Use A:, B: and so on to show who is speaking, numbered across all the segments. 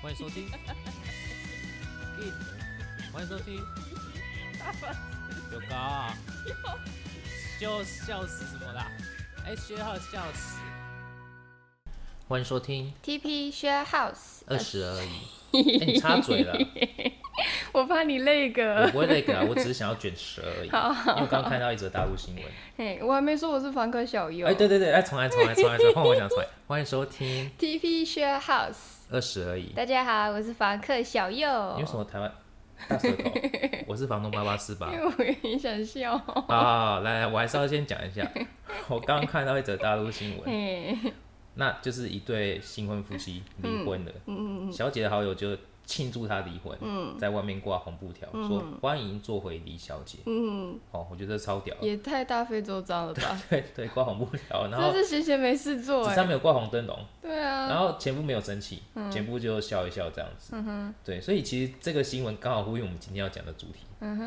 A: 欢迎收听 It，欢迎收听 有高啊，就笑死什么啦？哎，薛浩笑死。欢迎收听
B: TP Share House，
A: 二十而已，哎，你插嘴 了，
B: 我怕你那
A: 我
B: 个。
A: 不会累个，我只是想要卷舌而已。因为我刚刚看到一则大陆新闻，
B: 嘿，我还没说我是房客小优。
A: 哎，对对对，哎，重来重来重来， 重来换我讲重来。欢迎收听
B: TP Share House，
A: 二十而已。
B: 大家好，我是房客小右。
A: 你为什么台湾大舌头？我是房东八八四八
B: 因。为我也想笑。
A: 啊，来来，我还是要先讲一下， 我刚刚看到一则大陆新闻，
B: 嘿，
A: 那就是一对新婚夫妻离婚了，
B: 嗯
A: 小姐的好友就庆祝她离婚，在外面挂红布条，说欢迎做回李小姐，
B: 嗯，
A: 哦，我觉得超屌，
B: 也太大费周章了吧？
A: 对对，挂红布条， 然
B: 真
A: 后
B: 是闲闲没事做
A: 纸
B: 哎、
A: 上没有挂红灯笼，
B: 对啊，嗯
A: 然后前夫没有生气，前夫就笑一笑这样子，对，所以其实这个新闻刚好呼应我们今天要讲的主题，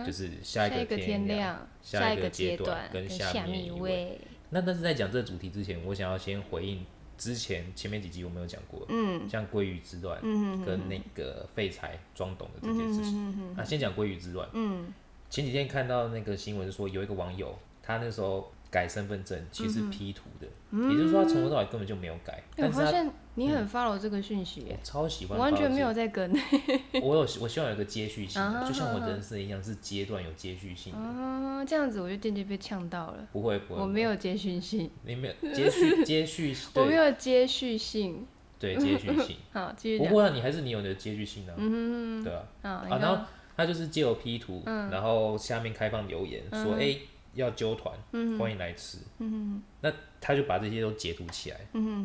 A: 就是下
B: 嗯哎下
A: 一个
B: 天
A: 亮。
B: 亮，
A: 下一
B: 一
A: 个
B: 个
A: 阶
B: 阶
A: 段跟
B: 跟
A: 下面
B: 面
A: 一
B: 一
A: 位
B: 位。
A: 那但是在讲这个主题之前，我想要先回应之前前面几集我们有讲过，
B: 嗯，
A: 像鲑鱼之乱，跟那个废柴装懂的这件事情。那、先讲鲑鱼之乱，
B: 嗯，
A: 前几天看到那个新闻说，有一个网友他那时候改身份证，其实 P 图的，也就是说他从头到尾根本就没有改，
B: 嗯哎我
A: 但是他。嗯
B: 发现你很 follow 这个讯息、
A: 我
B: 耶，
A: 超喜欢，
B: 我完全没有。在跟。
A: 我有，我希望有个接续性的，
B: 啊
A: 就像我人生一样，是阶段有接续性的。
B: 啊，这样子我就间接被呛到了。
A: 不会，不
B: 我
A: 会，
B: 没有接讯息，
A: 你没有接续，接续，
B: 我没
A: 对
B: 有接续性。
A: 对，接续性。
B: 好，继续
A: 不
B: 讲。
A: 过、啊、你还是你有你的接续性啊，
B: 嗯
A: 对啊，
B: 好，
A: 啊，
B: 你
A: 然后
B: 看，
A: 他就是借由 P 图，
B: 嗯
A: 然后下面开放留言说，哎、要揪团，
B: 嗯
A: 欢迎来吃，那他就把这些都截图起来，
B: 嗯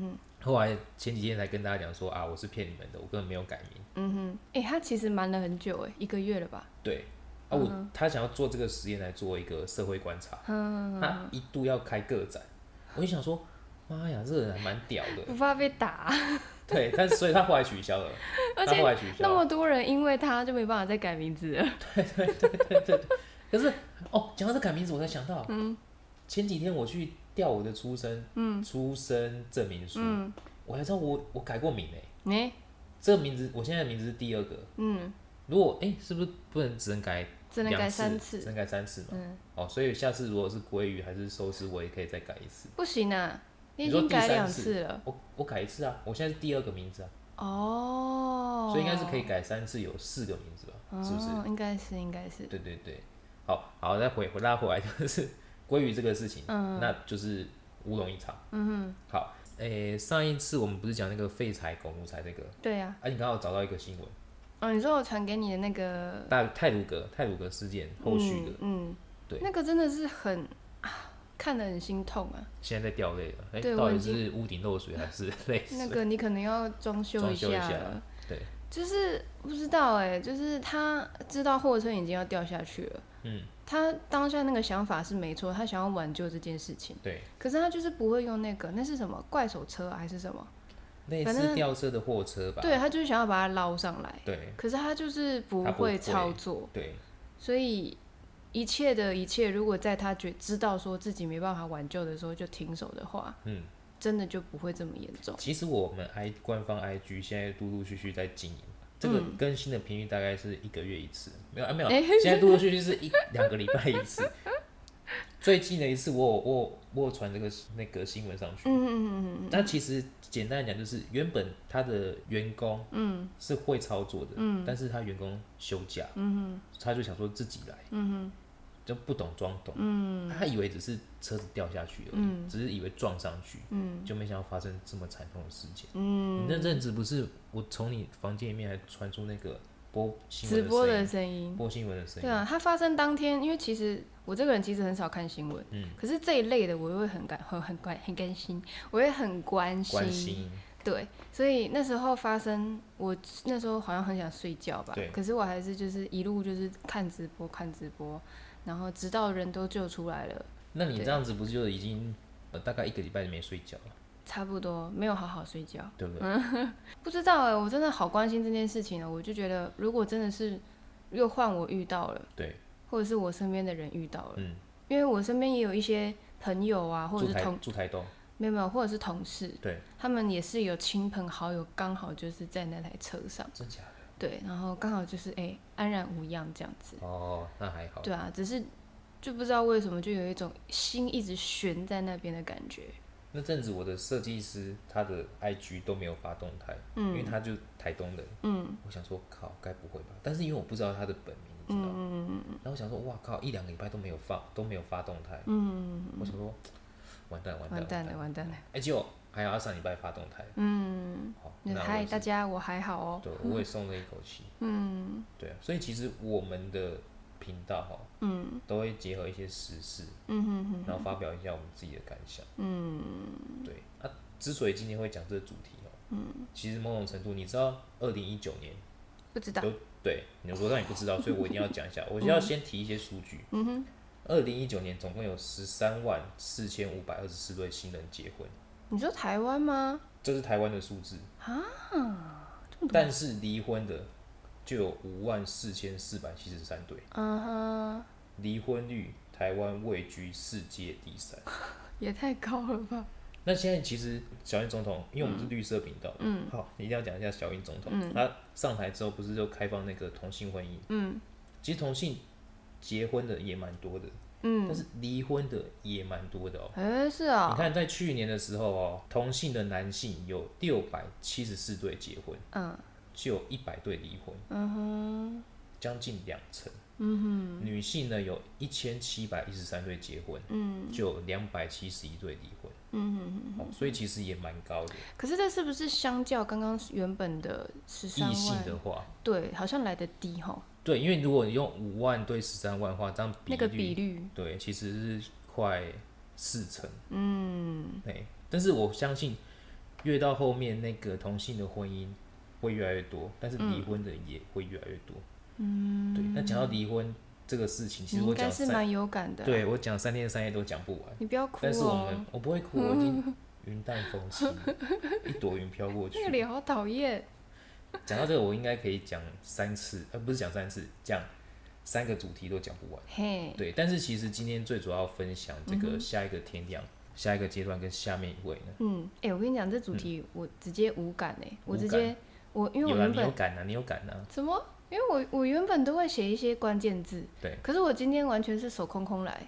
A: 后来前几天才跟大家讲说啊，我是骗你们的，我根本没有改名，
B: 嗯哼，哎、他其实瞒了很久，哎，一个月了吧？
A: 对，啊
B: 嗯
A: 我、他想要做这个实验来做一个社会观察，
B: 嗯
A: 他一度要开个展，我就想说，妈呀，这个人还蛮屌的，
B: 不怕被 打，
A: 对，但是所以他后来取消了，
B: 而
A: 他
B: 且
A: 后来取消
B: 那
A: 了，
B: 么多人因为他就没办法再改名字了。
A: 可是哦，讲到这改名字，我才想到，前几天我去调我的出生，出生证明书，我还知道我我改过名诶，欸
B: 哎、
A: 这个名字我现在的名字是第二个，
B: 嗯，
A: 如果诶，是不是不能只能改
B: 只能改
A: 两
B: 三
A: 次，只
B: 次，
A: 能改三次嘛？
B: 嗯
A: 哦，所以下次如果是鲑鱼还是寿司，我也可以再改一次。
B: 不行啊，你已
A: 你说
B: 经
A: 第
B: 改
A: 三
B: 两
A: 次
B: 次了。
A: 我我改一次啊，我现在是第二个名字啊，
B: 哦，
A: 所以应该是可以改三次，有四个名字吧？是不是？
B: 哦、应该是，应该是。
A: 对对对，好好，再回回拉回来， 就是关于这个事情，
B: 嗯
A: 那就是乌龙一场。嗯哼，好，诶、上一次我们不是讲那个废柴狗奴才这个，
B: 对啊，
A: 啊，你刚好找到一个新闻，
B: 哦，你说我传给你的那个
A: 大泰鲁格泰鲁格事件后续的，
B: 嗯，嗯
A: 对
B: 那个真的是很啊，看得很心痛啊。
A: 现在在掉泪了，哎、
B: 对
A: 到
B: 我
A: 底
B: 已
A: 是屋顶漏水还是 泪水？
B: 那个你可能要装修
A: 装
B: 一
A: 修一
B: 下啊
A: 下
B: 了。
A: 对，
B: 就是不知道哎、就是他知道货车已经要掉下去了，
A: 嗯，
B: 他当下那个想法是没错，他想要挽救这件事情，
A: 对，
B: 可是他就是不会用那个，那是什么怪手车啊还是什么？
A: 类
B: 反
A: 似
B: 正
A: 吊车的货车吧？
B: 对，他就是想要把它捞上来，
A: 对
B: 可是他就是不
A: 他不会
B: 会操作，
A: 对
B: 所以一切的一切，如果在他觉知道说自己没办法挽救的时候就停手的话，
A: 嗯，
B: 真的就不会这么严重。
A: 其实我们 I 官方 IG 现在陆陆续续在经营，这个
B: 嗯
A: 更新的频率大概是一个月一次，没有啊没
B: 哎
A: 有，现在陆陆续续是一两个礼拜一次。 最近的一次我有我有我有传这个那个新闻上去，
B: 嗯嗯嗯
A: 那其实简单来讲就是原本他的员工嗯是会操作的，嗯，但是他员工休假，嗯他就想说自己来，嗯就不懂装懂，嗯，他以为只是车子掉下去而已，
B: 嗯
A: 只是以为撞上去，嗯，就没想到发生这么惨痛的事情，嗯，你那阵子不是我从你房间里面还传出那个播新
B: 直
A: 闻
B: 播
A: 声
B: 的
A: 音，
B: 声音，
A: 播新闻的声音，
B: 对啊，它发生当天，因为其实我这个人其实很少看新闻，
A: 嗯
B: 可是这一类的我又会很感很很关很关心，我也很关心，
A: 关心，
B: 对，所以那时候发生，我那时候好像很想睡觉吧
A: 对，
B: 可是我还是就是一路就是看直播看直播，然后直到人都救出来了，
A: 那你
B: 对
A: 这样子不是就已经、呃、大概一个礼拜没睡觉了，
B: 差不多没有好好睡觉，
A: 对不对？
B: 不知道哎、我真的好关心这件事情哦，我就觉得如果真的是又换我遇到了，
A: 对，
B: 或者是我身边的人遇到了，
A: 嗯，
B: 因为我身边也有一些朋友啊，或者
A: 住
B: 是
A: 台
B: 同
A: 住台东，
B: 没有没有，或者是同事，
A: 对，
B: 他们也是有亲朋好友，刚好就是在那台车上，
A: 真假的？
B: 对，然后刚好就是哎、安然无恙这样子，
A: 哦，那还好。
B: 对啊，只是就不知道为什么就有一种心一直悬在那边的感觉，
A: 那阵子我的设计师他的 IG 都没有发动态，因为他就台东人，嗯，我想说靠，该不会吧？但是因为我不知道他的本名，你知道，嗯然后我想说，哇靠，一两个礼拜都没有放，都没有发动态，嗯我想说，完蛋完蛋
B: 完蛋了
A: 了，
B: 完蛋了，
A: 哎，结果还有他上礼拜发动态，嗯，好，
B: 那
A: 那我
B: 嗨
A: 也
B: 大
A: 是，
B: 家我还好哦，
A: 对，我也松了一口气，嗯，对啊，所以其实我们的频道哈，嗯，都会结合一些时事，
B: 嗯哼哼，
A: 然后发表一下我们自己的感想。嗯，对。啊，之所以今天会讲这个主题哦，嗯，其实某种程度，你知道，二零一九年
B: 不知道
A: 有对，你我让你不知道，所以我一定要讲一下。我
B: 嗯
A: 要先提一些数据。嗯哼。二零一九年总共有十三万四千五百二十四对新人结婚，
B: 你说台湾吗？
A: 这是台湾的数字。
B: 啊，这么多，
A: 但是离婚的就有五万四千四百七十三对，
B: 嗯哼，
A: 离婚率台湾位居世界第三。
B: 也太高了 吧，
A: 那现在其实小英总统，因为我们是绿色频道，嗯，好，你一定要讲一下小英总统，他上台之后不是就开放那个同性婚姻，嗯，其实同性结婚的也蛮多的，嗯，但是离婚的也蛮多的哦。
B: 哎、是
A: 你
B: 啊、
A: 看，在去年的时候哦，同性的男性有六百七十四对结婚，
B: 嗯，
A: 就有一百对离婚，嗯哼，将近两成。嗯哼，女性呢有一千七百一十三对结婚，嗯，就有两百七十一对离婚，嗯哼哦，所以其实也蛮高的。
B: 可是这是不是相较刚刚原本的十三
A: 异性
B: 万？
A: 的话，
B: 对，好像来的低吼，
A: 对，因为如果你用五万对十三万的话，这样比
B: 那
A: 率
B: 个比率，
A: 对，其实是快四成。嗯，对。但是我相信，越到后面那个同性的婚姻会越来越多，但
B: 嗯
A: 是离婚的也会越来越多。嗯，对。那讲到离婚这个事情，其
B: 你
A: 实我
B: 应
A: 讲
B: 该是
A: 三，
B: 蛮有感的、，
A: 对我讲三天三夜都讲不完。
B: 你不要哭
A: 但是我
B: 哦
A: 们，我不会哭，我已经云淡风轻，一朵云飘过去
B: 那。个脸好讨厌。
A: 讲到这个，我应该可以讲三次，呃，不是讲三次，讲三个主题都讲不完。
B: 嘿，
A: 对，但是其实今天最主要分享这个下一个天亮、下一个阶段跟下面一位呢，
B: 嗯，哎、我跟你讲，这主题我直接无感哎、我直
A: 嗯无感
B: 接我因为
A: 有
B: 我
A: 啦，
B: 原
A: 你有
B: 本
A: 感啊，你有感啊，
B: 怎么？因为我我原本都会写一些关键字，
A: 对，
B: 可是我今天完全是手空空来，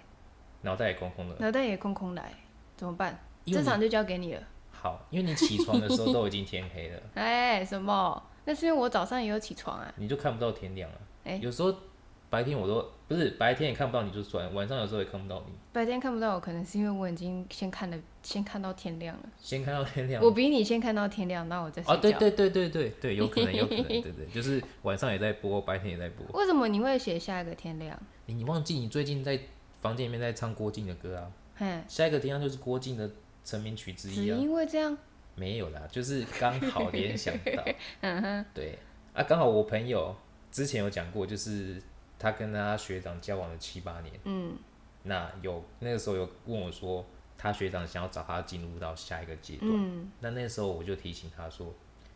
A: 脑袋也空空的。
B: 脑袋也空空来，怎么办？
A: 嗯因为
B: 这
A: 你
B: 场就交给你了。
A: 好，因为你起床的时候都已经天黑 了，
B: 哎、什么？那是因为我早上也有起床啊。
A: 你就看不到天亮了、
B: 哎
A: 有时候白天我都不是白天也看不到你就算了，晚上有时候也看不到你。
B: 白天看不到我，可能是因为我已经先看了，先看到天亮了。
A: 先看到天亮
B: 我比你先看到天亮，那我再睡
A: 啊，
B: 觉。
A: 对对对对对对，有可 能有可能，对对，就是晚上也在播，白天也在播。
B: 为什么你会写下一个天亮？
A: 你你忘记你最近在房间里面在唱郭靖的歌啊？
B: 嘿，
A: 下一个天亮就是郭靖的成名曲之
B: 只
A: 一啊。
B: 因为这样，
A: 没有啦，就是刚好联想 到，
B: 嗯
A: 对啊，刚好我朋友之前有讲过，就是他跟他学长交往了七八年，嗯，那有那个时候有问我说，他学长想要找他进入到下一个阶段，
B: 嗯
A: 那那时候我就提醒他说，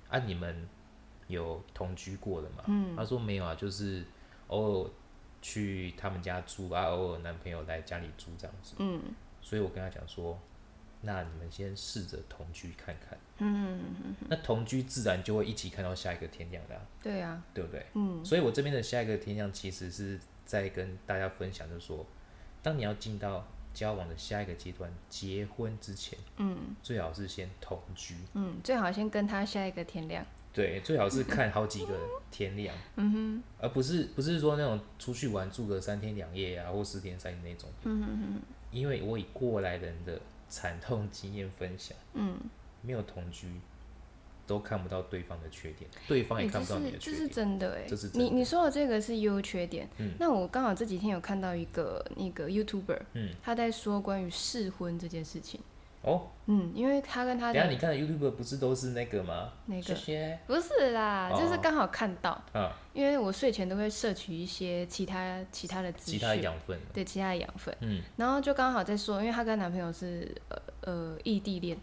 A: 啊，你们有同居过的吗？
B: 嗯
A: 他说没有啊，就是偶尔去他们家住啊，偶尔男朋友来家里住这样子，
B: 嗯
A: 所以我跟他讲说，那你们先试着同居看看。
B: 嗯，
A: 那同居自然就会一起看到下一个天亮的啊、
B: 对啊，
A: 对不对？
B: 嗯
A: 所以我这边的下一个天亮其实是在跟大家分享，就是说，当你要进到交往的下一个阶段，结婚之前，
B: 嗯
A: 最好是先同居，
B: 嗯，最好先跟他下一个天亮。
A: 对，最好
B: 嗯
A: 是看好几个天亮，嗯哼，而不是不是说那种出去玩住个三天两夜啊，或十天三夜那种，嗯哼哼，因为我以过来人的惨痛经验分享，
B: 嗯，
A: 没有同居。都看不到对方的缺点，对方也
B: 哎
A: 看
B: 这
A: 不到你的
B: 是
A: 缺
B: 这
A: 点。
B: 是真的哎、
A: 这是真
B: 你
A: 的
B: 你说的这个是优缺点。
A: 嗯
B: 那我刚好这几天有看到一个那个 YouTuber，
A: 嗯，
B: 他在说关于试婚这件事情。
A: 哦，
B: 嗯，因为他跟
A: 等
B: 他
A: 一下
B: 的
A: 你看的 YouTube 不是都是那个吗？
B: 那个
A: 谢谢
B: 不是啦，
A: 哦
B: 就是刚好看到，
A: 啊，
B: 因为我睡前都会摄取一些其他其他的资
A: 其他
B: 讯，
A: 养分，
B: 对其他的养分。
A: 嗯，
B: 然后就刚好在说，因为她跟男朋友是呃呃异地恋，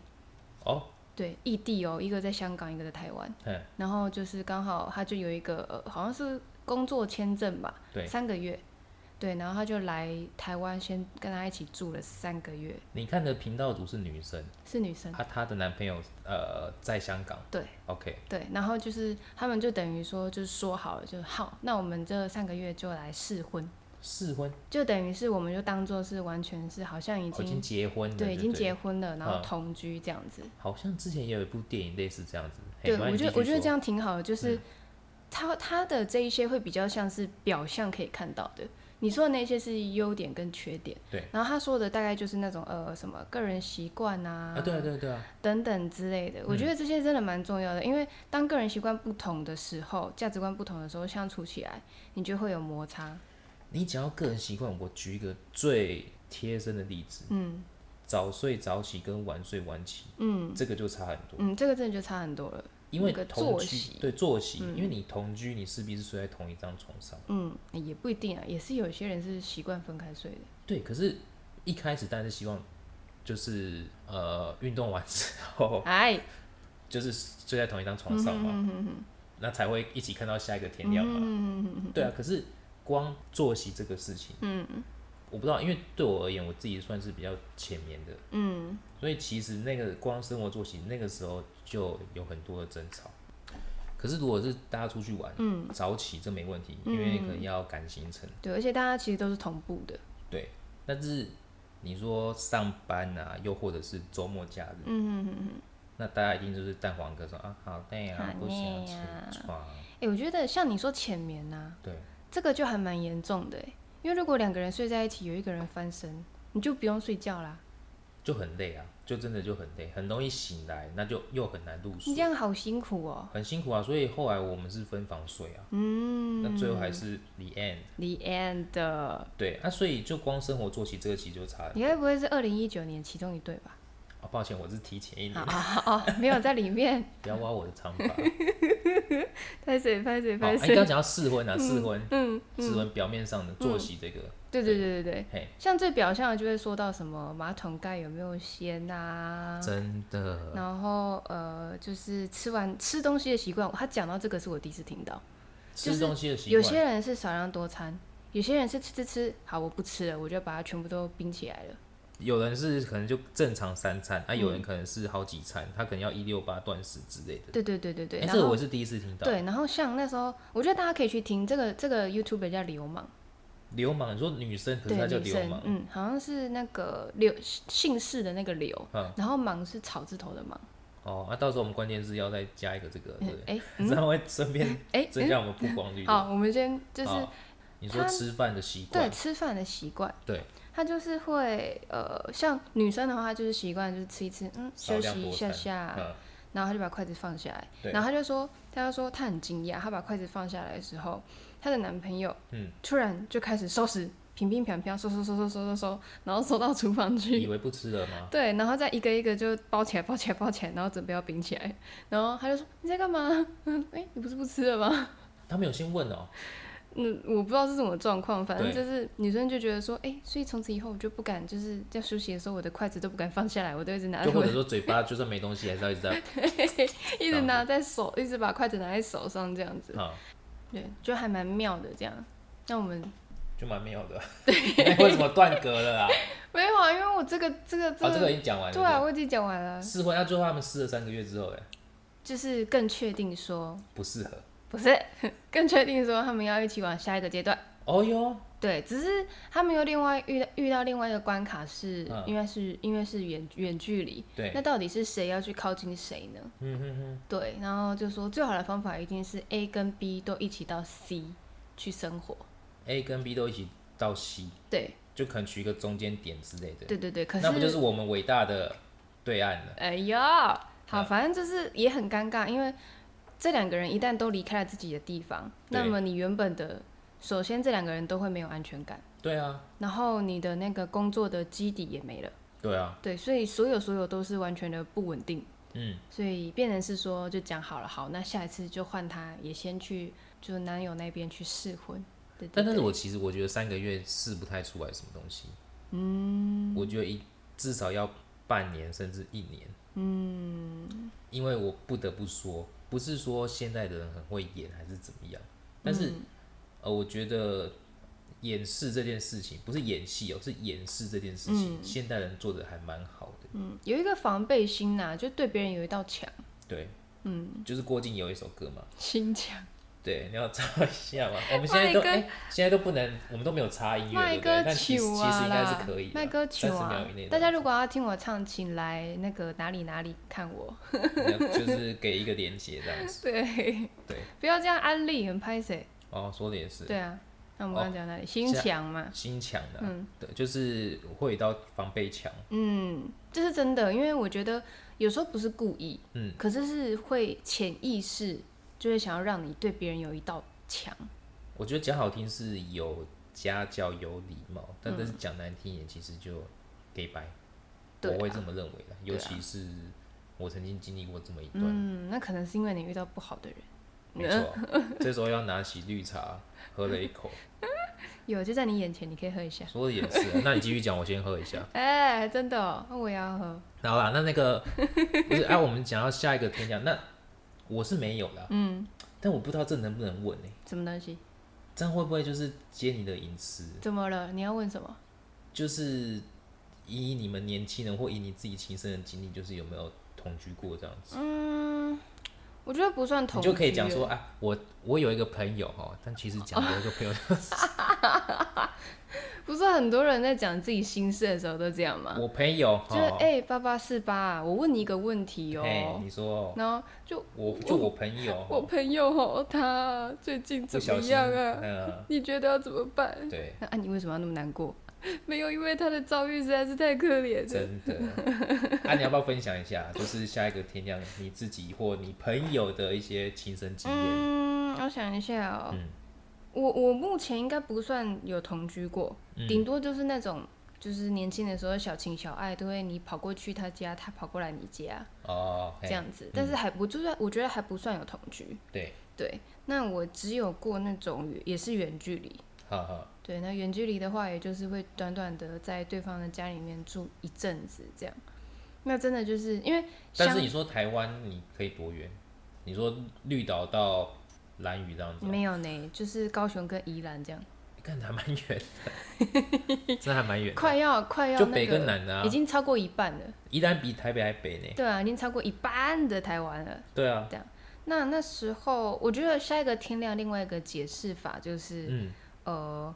A: 哦，
B: 对异地哦，一个在香港，一个在台湾。
A: 嗯，
B: 然后就是刚好她就有一个、呃、好像是工作签证吧，
A: 对
B: 三个月。对，然后他就来台湾，先跟他一起住了三个月，
A: 你看的频道主是女生，
B: 是女生。
A: 啊，她的男朋友呃在香港
B: 嗯对
A: ，OK，
B: 对，然后就是他们就等于说，就是说好了，就是好，那我们这三个月就来试婚，
A: 试婚
B: 就等于是我们就当做是完全是好像已
A: 哦已
B: 经
A: 经结婚了，
B: 对
A: 对，
B: 已经结
A: 婚，
B: 婚了，然后
A: 嗯
B: 同居这样子。
A: 好像之前也有一部电影类似这样子，嘿
B: 对，
A: 不然
B: 我
A: 你
B: 觉得
A: 继续
B: 我觉得
A: 说
B: 这样挺好的，就是
A: 嗯
B: 他他的这一些会比较像是表象可以看到的。你说的那些是优点跟缺点，
A: 对。
B: 然后他说的大概就是那种呃什么个人习惯啊，
A: 啊，对嗯啊对啊对啊，
B: 等等之类的。我觉得这些真的蛮重要的，因为当个人习惯不同的时候，价值观不同的时候相处起来，你就会有摩擦。
A: 你讲到个人习惯，我举一个最贴身的例子，嗯，早睡早起跟晚睡晚起，嗯，这个就差很多，
B: 嗯，这个真的就差很多了。
A: 因为
B: 那个
A: 同
B: 作
A: 居
B: 息
A: 对作息，因为你同居，你势必是睡在同一张床上，
B: 嗯，也不一定啊，也是有些人是习惯分开睡的。
A: 对，可是一开始当然是希望。就是呃，运动完之后，
B: 哎，
A: 就是睡在同一张床上嘛，
B: 嗯
A: 那才会一起看到下一个天亮嘛。对啊，可是光作息这个事情，嗯，我不知道，因为对我而言，我自己算是比较浅眠的，嗯，所以其实那个光生活作息那个时候就有很多的争吵。可是如果是大家出去玩，嗯，早起这没问题，因为
B: 嗯
A: 可能要赶行程，
B: 对，而且大家其实都是同步的。
A: 对。但是你说上班啊，又或者是周末假日，嗯那大家一定就是蛋黄哥说啊，好累啊，
B: 好
A: 不想
B: 累
A: 起
B: 啊
A: 床，
B: 哎、我觉得像你说浅眠呐、
A: 对。
B: 这个就还蛮严重的欸，因为如果两个人睡在一起，有一个人翻身，你就不用睡觉啦，
A: 就很累啊，就真的就很累，很容易醒来，那就又很难入
B: 你
A: 睡
B: 这，样好辛苦哦、
A: 很辛苦啊。所以后来我们是分房睡啊，嗯，那最后还是 the end。
B: The end，
A: 对，那、所以就光生活作息这个其实就差了。
B: 你该不会是二零一九年其中一对吧？
A: 啊，抱歉，我是提前一
B: 啊
A: 年，
B: 啊啊！哦没有在里面，
A: 不要挖我的 长发。好，
B: 拍谁拍谁
A: 哎
B: 拍
A: 你刚
B: 谁？
A: 刚讲到试婚啊，试婚，嗯，试婚表面上的作息这个，
B: 对对对对对，
A: 嘿，
B: 像最表象的就会说到什么马桶盖有没有掀啊，
A: 真的，
B: 然后呃就是吃完吃东西的习惯，他讲到这个是我第一次听到。就
A: 吃
B: 是
A: 东西的习
B: 有
A: 惯，
B: 些人是少量多餐，有些人是吃吃吃，好，我不吃了，我就把它全部都冰起来了。
A: 有人是可能就正常三餐，
B: 嗯
A: 啊，有人可能是好几餐，他可能要一六八断食之类的。
B: 对对对对对，
A: 哎，
B: 然
A: 这个
B: 后
A: 我是第一次听到。
B: 对，然后像那时候，我觉得大家可以去听这个这个 YouTube 叫流氓，
A: 流氓，你说女生，可是她
B: 对
A: 叫
B: 女
A: 流
B: 生
A: 氓，，
B: 嗯，好像是那个流姓氏的那个流，
A: 嗯
B: 然后氓是草字头的氓，
A: 哦，那、到时候我们关键是要再加一个这个，对不对？
B: 哎
A: 这样会顺便
B: 哎，
A: 增加我们曝光率。
B: 嗯好，我们先
A: 对
B: 就
A: 不
B: 是
A: 对，好你说
B: 他
A: 吃饭的习
B: 对
A: 惯，
B: 吃饭的习惯，
A: 对，
B: 他就是会呃，像女生的话，她就是习惯就是吃一吃，嗯，
A: 少
B: 休
A: 量
B: 息一
A: 多
B: 下
A: 餐
B: 下，
A: 嗯，
B: 然后他就把筷子放下来，
A: 对
B: 然后他就说，他就说他很惊讶，他把筷子放下来的时候，她的男朋友
A: 嗯
B: 突然就开始收拾，平平平平收收收收收收收，然后收到厨房
A: 以
B: 去，
A: 为不吃了吗？
B: 对，然后再一个一个就包起来包起来包起来，然后准备要冰起来，然后他就说你在干嘛？嗯，哎，你不是不吃了吗？
A: 他们有先问哦，
B: 嗯，我不知道是什么状况，反正
A: 对
B: 就是女生就觉得说，哎，所以从此以后我就不敢，就是在休息的时候，我的筷子都不敢放下来，我都一直拿
A: 就
B: 在
A: 或
B: 我
A: 者
B: 的，
A: 说嘴巴就算没东西，还是要一直 在
B: 一直拿在手，一直把筷子拿在手上这样子。
A: 啊、
B: 对，就还蛮妙的这样。那我们
A: 就蛮妙的。 为什么断隔 了啊？
B: 没有啊，因为我这个这个这
A: 哦，这个
B: 个，
A: 已经讲完了。
B: 对啊，我已经讲完了
A: 对，试婚，那最后他们试了三个月之后，哎，
B: 就是更确定说
A: 不适合。
B: 不是， 更确定说他们要一起往下一个阶段。
A: 哦哟，
B: 对，只是他们又另外遇到遇到另外一个关卡是，
A: 嗯
B: 因为是因为是远远距离，
A: 对
B: 那，到底是谁要去靠近谁呢？
A: 嗯哼哼，
B: 对，然后就说最好的方法一定是 A 跟 B 都一起到 C 去生活。
A: ，A 跟 B 都一起到 C，
B: 对，
A: 就可能取一个中间点之类的。
B: 对对对，可是
A: 那不就是我们伟大的对岸了？
B: 哎呀，好，
A: 嗯
B: 反正就是也很尴尬，因为这两个人一旦都离开了自己的地方，
A: 对
B: 那么你原本的，首先这两个人都会没有安全感，
A: 对啊，
B: 然后你的那个工作的基底也没了，
A: 对啊，
B: 对，所以所有所有都是完全的不稳定，
A: 嗯，
B: 所以变成是说就讲好了，好，那下一次就换他也先去就男友那边去试婚，对对
A: 但但是
B: 对
A: 我其实我觉得三个月试不太出来什么东西，嗯，我觉得一至少要半年甚至一年，嗯，因为我不得不说，不是嗯说现在的人很会演还是怎么样，但是、呃，我觉得掩饰这件事情，不是演戏哦，是掩饰这件事情。现代人做的还蛮好的，
B: 嗯，有一个防备心呐、就对别人有一道 墙，
A: 对，嗯，就是郭靖有一首歌嘛，
B: 心墙。
A: 对，你要插一下嘛。 我们现在都
B: 麦哥
A: 哎、现在都不能，我们都没有插音乐，对
B: 卖
A: 不对？
B: 歌
A: 但其实
B: 曲
A: 其实
B: 啊
A: 应该是
B: 啦
A: 可以，
B: 卖歌曲
A: 三十
B: 啊
A: 秒以内的。
B: 大家如果要听我唱，请来那个哪里哪里看我。
A: 就是给一个连接这样子。
B: 对，
A: 对，
B: 不要这样安利，很拍谁？
A: 哦，说的也是，哦
B: 对啊，那我们刚刚讲哪里？心
A: 下
B: 墙嘛，
A: 心墙的啊、对，就是会有一道防备墙，
B: 嗯，这是真的，因为我觉得有时候不是故意，
A: 嗯，
B: 可是是会潜意识就会想要让你对别人有一道墙，
A: 我觉得讲好听是有家教有礼貌，
B: 嗯
A: 但但是讲难听一点，其实就给白，
B: 对啊
A: 我会这么认为的。
B: 对
A: 尤
B: 啊
A: 其是我曾经经历过这么一段，
B: 嗯，那可能是因为你遇到不好的人，
A: 没错，这时候要拿起绿茶喝了一口，
B: 有就在你眼前，你可以喝一下。
A: 说的也是 啊、那你继续讲，我先喝一下。
B: 哎、真的、哦，那我也要喝。
A: 好啦，那那个不是哎、我们讲到下一个天降，那我是没有啦，嗯，但我不知道这能不能问哎、
B: 什么东西？
A: 这样会不会就是接你的隐私？
B: 怎么了？你要问什么？
A: 就是以你们年轻人或以你自己亲身的经历，就是有没有同居过这样子？
B: 我觉得不算嗯同
A: 你
B: 居耶，
A: 就可以讲说，啊，我我有一个朋友哈，但其实 讲我一个朋友，
B: 不是很多人在讲自己心事的时候都这样吗？
A: 我朋友
B: 就
A: 哈
B: 是，哎，八八四八，我问你一个问题
A: 哎，
B: 哦，
A: 你说
B: 然后就
A: 我就我朋友
B: 我
A: 哈，
B: 朋友哦，他最近
A: 不
B: 怎
A: 小
B: 么
A: 心，
B: 样啊？
A: 嗯，
B: 你觉得要怎么办？
A: 对，
B: 那啊，你为什么要那么难过？ 没有，因为他的遭遇实在是太可怜了。
A: 真的。啊，你要不要分享一下？就是下一个天亮，你自己或你朋友的一些亲身经验？
B: 嗯，我想一下哦，
A: 嗯
B: 我我目前应该不算有同居过，
A: 嗯
B: 顶、多就是那种就是年轻的时候小情小爱，都会你跑过去他家，他跑过来你家
A: 哦，嘿
B: 这样子，但是还不就是我觉得还不算有同居。
A: 对，
B: 对，那我只有过那种也是远距离。
A: 好好，
B: 对，那远距离的话，也就是会短短的在对方的家里面住一阵子这样。那真的就是因为像
A: 但是你说台湾你可以多远？你说绿岛到蓝屿这样子吗，
B: 没有呢，就是高雄跟宜兰这样，
A: 看还蛮远的，真还蛮远 的，
B: 快要快
A: 啊
B: 要
A: 就
B: 那
A: 北
B: 个
A: 跟南的啊哎
B: 已，经超过一半了。
A: 宜兰比台北还北呢。
B: 对啊，已经超过一半的台湾了。
A: 对啊，
B: 那那时候，我觉得下一个天亮，另外一个解释法就是，
A: 嗯，
B: 呃，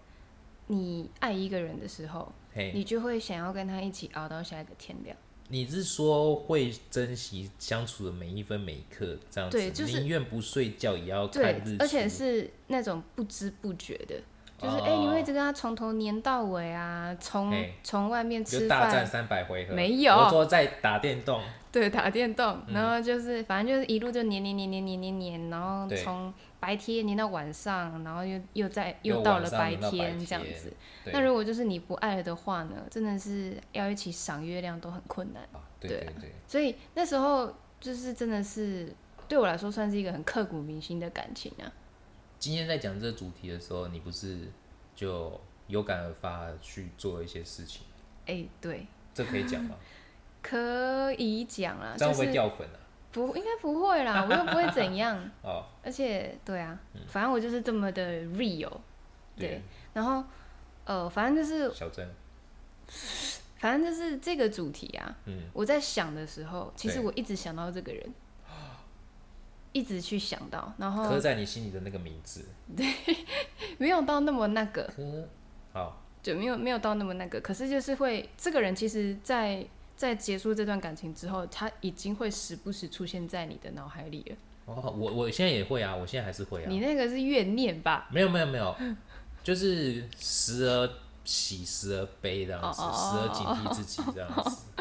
B: 你爱一个人的时候，
A: 嘿，
B: 你就会想要跟他一起熬到下一个天亮。
A: 你是说会珍惜相处的每一分每一刻这样子，
B: 对就是
A: 宁愿不睡觉也要哦看
B: 对
A: 日出，，
B: 而且是那种不知不觉的，就是
A: 哦
B: 哎、你会一直跟他从头黏到尾啊，从
A: 嘿
B: 从外面
A: 就
B: 吃
A: 大战
B: 饭，
A: 三百回合，
B: 没有
A: 我说在打电动，
B: 对，打电动，
A: 嗯
B: 然后就是、反正就是一路就黏黏黏黏黏黏黏，然后
A: 对
B: 从白天黏到晚上，然后又又在
A: 又
B: 又到了
A: 晚上
B: 白
A: 黏到白
B: 天这样
A: 天
B: 子。
A: 对
B: 那如果就是你不爱了的话呢，真的是要一起赏月亮都很困难。
A: 啊对
B: 对
A: 对对，
B: 所以那时候就是真的是对我来说算是一个很刻骨铭心的感情啊。
A: 今天在讲这个主题的时候，你不是就有感而发地去做一些事情，
B: 哎、对，
A: 这可以讲 吗？
B: 可以讲啦，
A: 这样会
B: 就
A: 不会
B: 是
A: 掉粉啊？
B: 不应该不会啦，我又不会 怎样。
A: 哦，
B: 而且对啊，
A: 嗯
B: 反正我就是这么的 real。对，然后呃，反正就是
A: 小珍，
B: 反正就是这个主题啊，
A: 嗯，
B: 我在想的时候，其实
A: 对
B: 我一直想到这个人，一直去想到，然后
A: 刻在你心里的那个名字，
B: 没有到那么那个，
A: 刻，好，
B: 就没有没有到那么那个，可是就是会这个人，其实在在结束这段感情之后，他已经会时不时出现在你的脑海里了。
A: 哦，我我现在也会啊，我现在还是会啊
B: 你，那个是怨念吧？
A: 没有没有没有，就是时而喜，时而悲这样子，
B: 哦哦哦
A: 时而警惕自己这样子。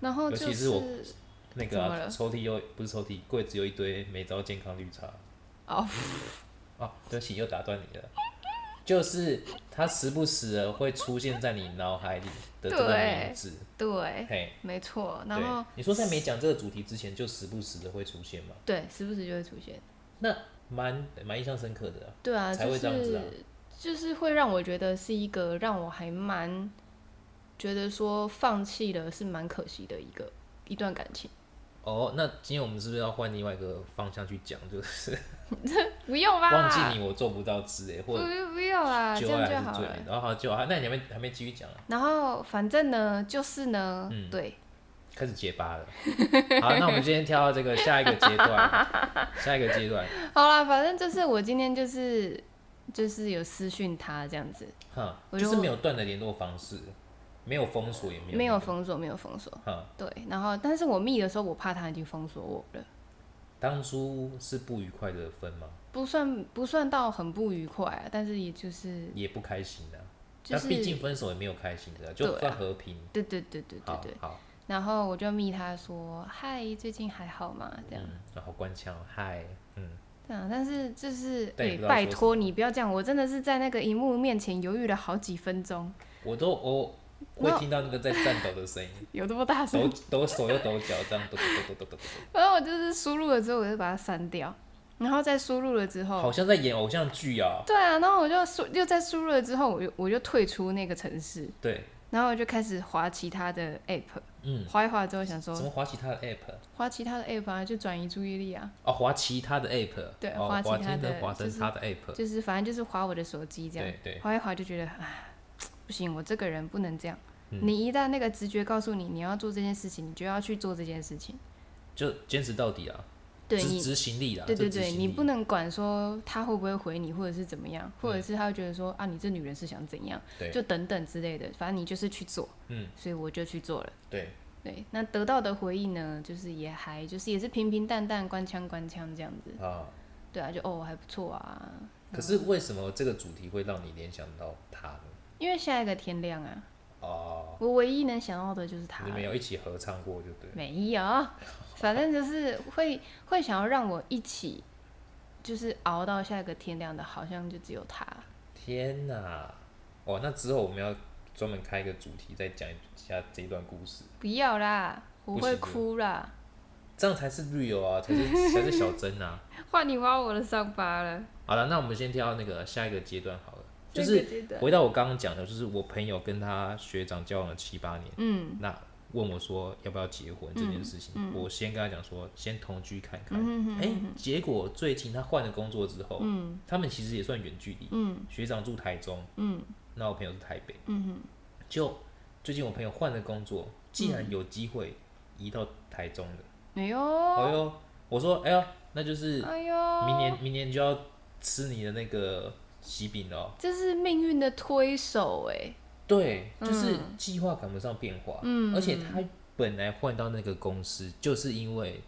B: 然后
A: 尤
B: 就
A: 其是我
B: 是
A: 那个
B: 怎么
A: 啊、
B: 了
A: 抽屉又不是抽屉，柜子有一堆美招健康绿茶。
B: 哦，
A: 啊，对不起，又打断你了。就是它时不时的会出现在你脑海里的这个
B: 对
A: 名字，
B: 对，
A: 嘿，
B: 没错。然
A: 对
B: 后，
A: 你说在没讲这个主题之前，就时不时的会出现嘛，
B: 对，时不时就会出现。
A: 那蛮蛮印象深刻的啊、
B: 对啊，
A: 才
B: 就
A: 会这样子
B: 是
A: 啊
B: 就是会让我觉得是一个让我还蛮觉得说放弃了是蛮可惜的一个一段感情。
A: 哦，那今天我们是不是要换另外一个方向去讲，就是
B: 不用吧？
A: 忘记你我做不到之类，
B: 不
A: 或者
B: 不不用啦，嗯啊这
A: 旧
B: 样
A: 爱
B: 就
A: 还是
B: 好
A: 最
B: 了
A: 美。的。哦然后好旧爱，那你还没还没继续讲啊？
B: 然后反正呢，就是呢，
A: 嗯
B: 对，
A: 开始结巴了。 好，那我们今天跳到这个下一个阶段， 下一个阶段，
B: 好啦，反正就是我今天就是就是有私讯他这样子，
A: 哼，
B: 我
A: 就
B: 就是
A: 没有断的联络方式，没有封锁，也没有
B: 没有
A: 那个，
B: 封锁，没有封锁。
A: 哼，
B: 对，然后但是我密的时候，我怕他已经封锁我了，
A: 当初是不愉快的分吗？
B: 不算不算到很不愉快、啊，但是也就是
A: 也不开心的、啊，
B: 就
A: 但
B: 是
A: 毕竟分手也没有开心的啊、
B: 对
A: 就
B: 啊
A: 算和平。
B: 对对对对啊对
A: 好
B: 对。
A: 好，
B: 然后我就密他说：“嗨，最近还好吗？”这样。
A: 嗯，然后官腔，嗨，嗯，
B: 对啊，但是就是，
A: 但也
B: 哎
A: 不知道
B: 拜
A: 说什
B: 托你不要这样，我真的是在那个荧幕面前犹豫了好几分钟，
A: 我都我会听到那个在颤抖的声 音，
B: 有这么大
A: 抖
B: 声？
A: 抖手又抖脚，这样抖抖抖抖抖抖抖，
B: 然后我就是输入了之后，我就把它删掉，然后再输入了之后，
A: 好像在演偶像剧啊。
B: 对啊，然后我就输又在输入了之后，我就我就退出那个城市，
A: 对，
B: 然后我就开始划其他的 app，
A: 嗯，
B: 划一划之后想
A: 怎
B: 说
A: 么滑其他的 app？
B: 划其他的 app 啊，就转移注意力啊，
A: 哦，滑其他的 app，
B: 对
A: 哦，
B: 滑
A: 滑
B: 其他的
A: 滑成
B: 就是
A: 他的 app，
B: 就是反正就是划我的手机这样
A: 呃对，对，
B: 划一划就觉得啊，不行，我这个人不能这样。
A: 嗯
B: 你一旦那个直觉告诉你你要做这件事情，你就要去做这件事情。
A: 就坚持到底啊，
B: 对
A: 执
B: 你，
A: 执行力啦，
B: 对对
A: 这执
B: 对，
A: 行
B: 你
A: 力
B: 不能管说他会不会回你，或者是怎么样，或者是他会觉得说啊，你这女人是想怎样，
A: 对
B: 就等等之类的。反正你就是去做，
A: 嗯，
B: 所以我就去做了。
A: 对，
B: 对，那得到的回应呢，就是也还就是也是平平淡淡、官腔官腔这样子。
A: 啊。
B: 对啊，就哦还不错啊，
A: 可是为什么这个主题会让你联想到他呢？
B: 因为下一个天亮啊，
A: 哦，
B: 我唯一能想到的就是他
A: 你
B: 了
A: 们有一起合唱过，就对了。
B: 没有，反正就是会会想要让我一起，就是熬到下一个天亮的，好像就只有他。
A: 天哪！哦，那之后我们要专门开一个主题，再讲一下这一段故事，
B: 不要啦，我
A: 不
B: 会
A: 行
B: 哭啦，
A: 这样才是 real 啊， 才是才是小真啊。
B: 换你挖我的伤疤了。
A: 好了，那我们先跳到那个下一个阶段好了，就
B: 这个
A: 是
B: 阶段
A: 回到我刚刚讲的，就是我朋友跟他学长交往了七八年，
B: 嗯
A: 那问我说要不要结婚这件事情，我先跟他讲说先同居看看。哎、结果最近他换了工作之后，
B: 嗯
A: 他们其实也算远距离，学长住台中，那我朋友是台北，就最近我朋友换了工作，竟然有机会移到台中的，
B: 哎呦，
A: 哎呦，我说哎呦，那就是
B: 哎呦，
A: 明年明年就要吃你的那个喜饼了哦。
B: 这是命运的推手哎、
A: 对，就是
B: 嗯
A: 计划赶不上变化，嗯，而且他本来换到那个公司，就是因为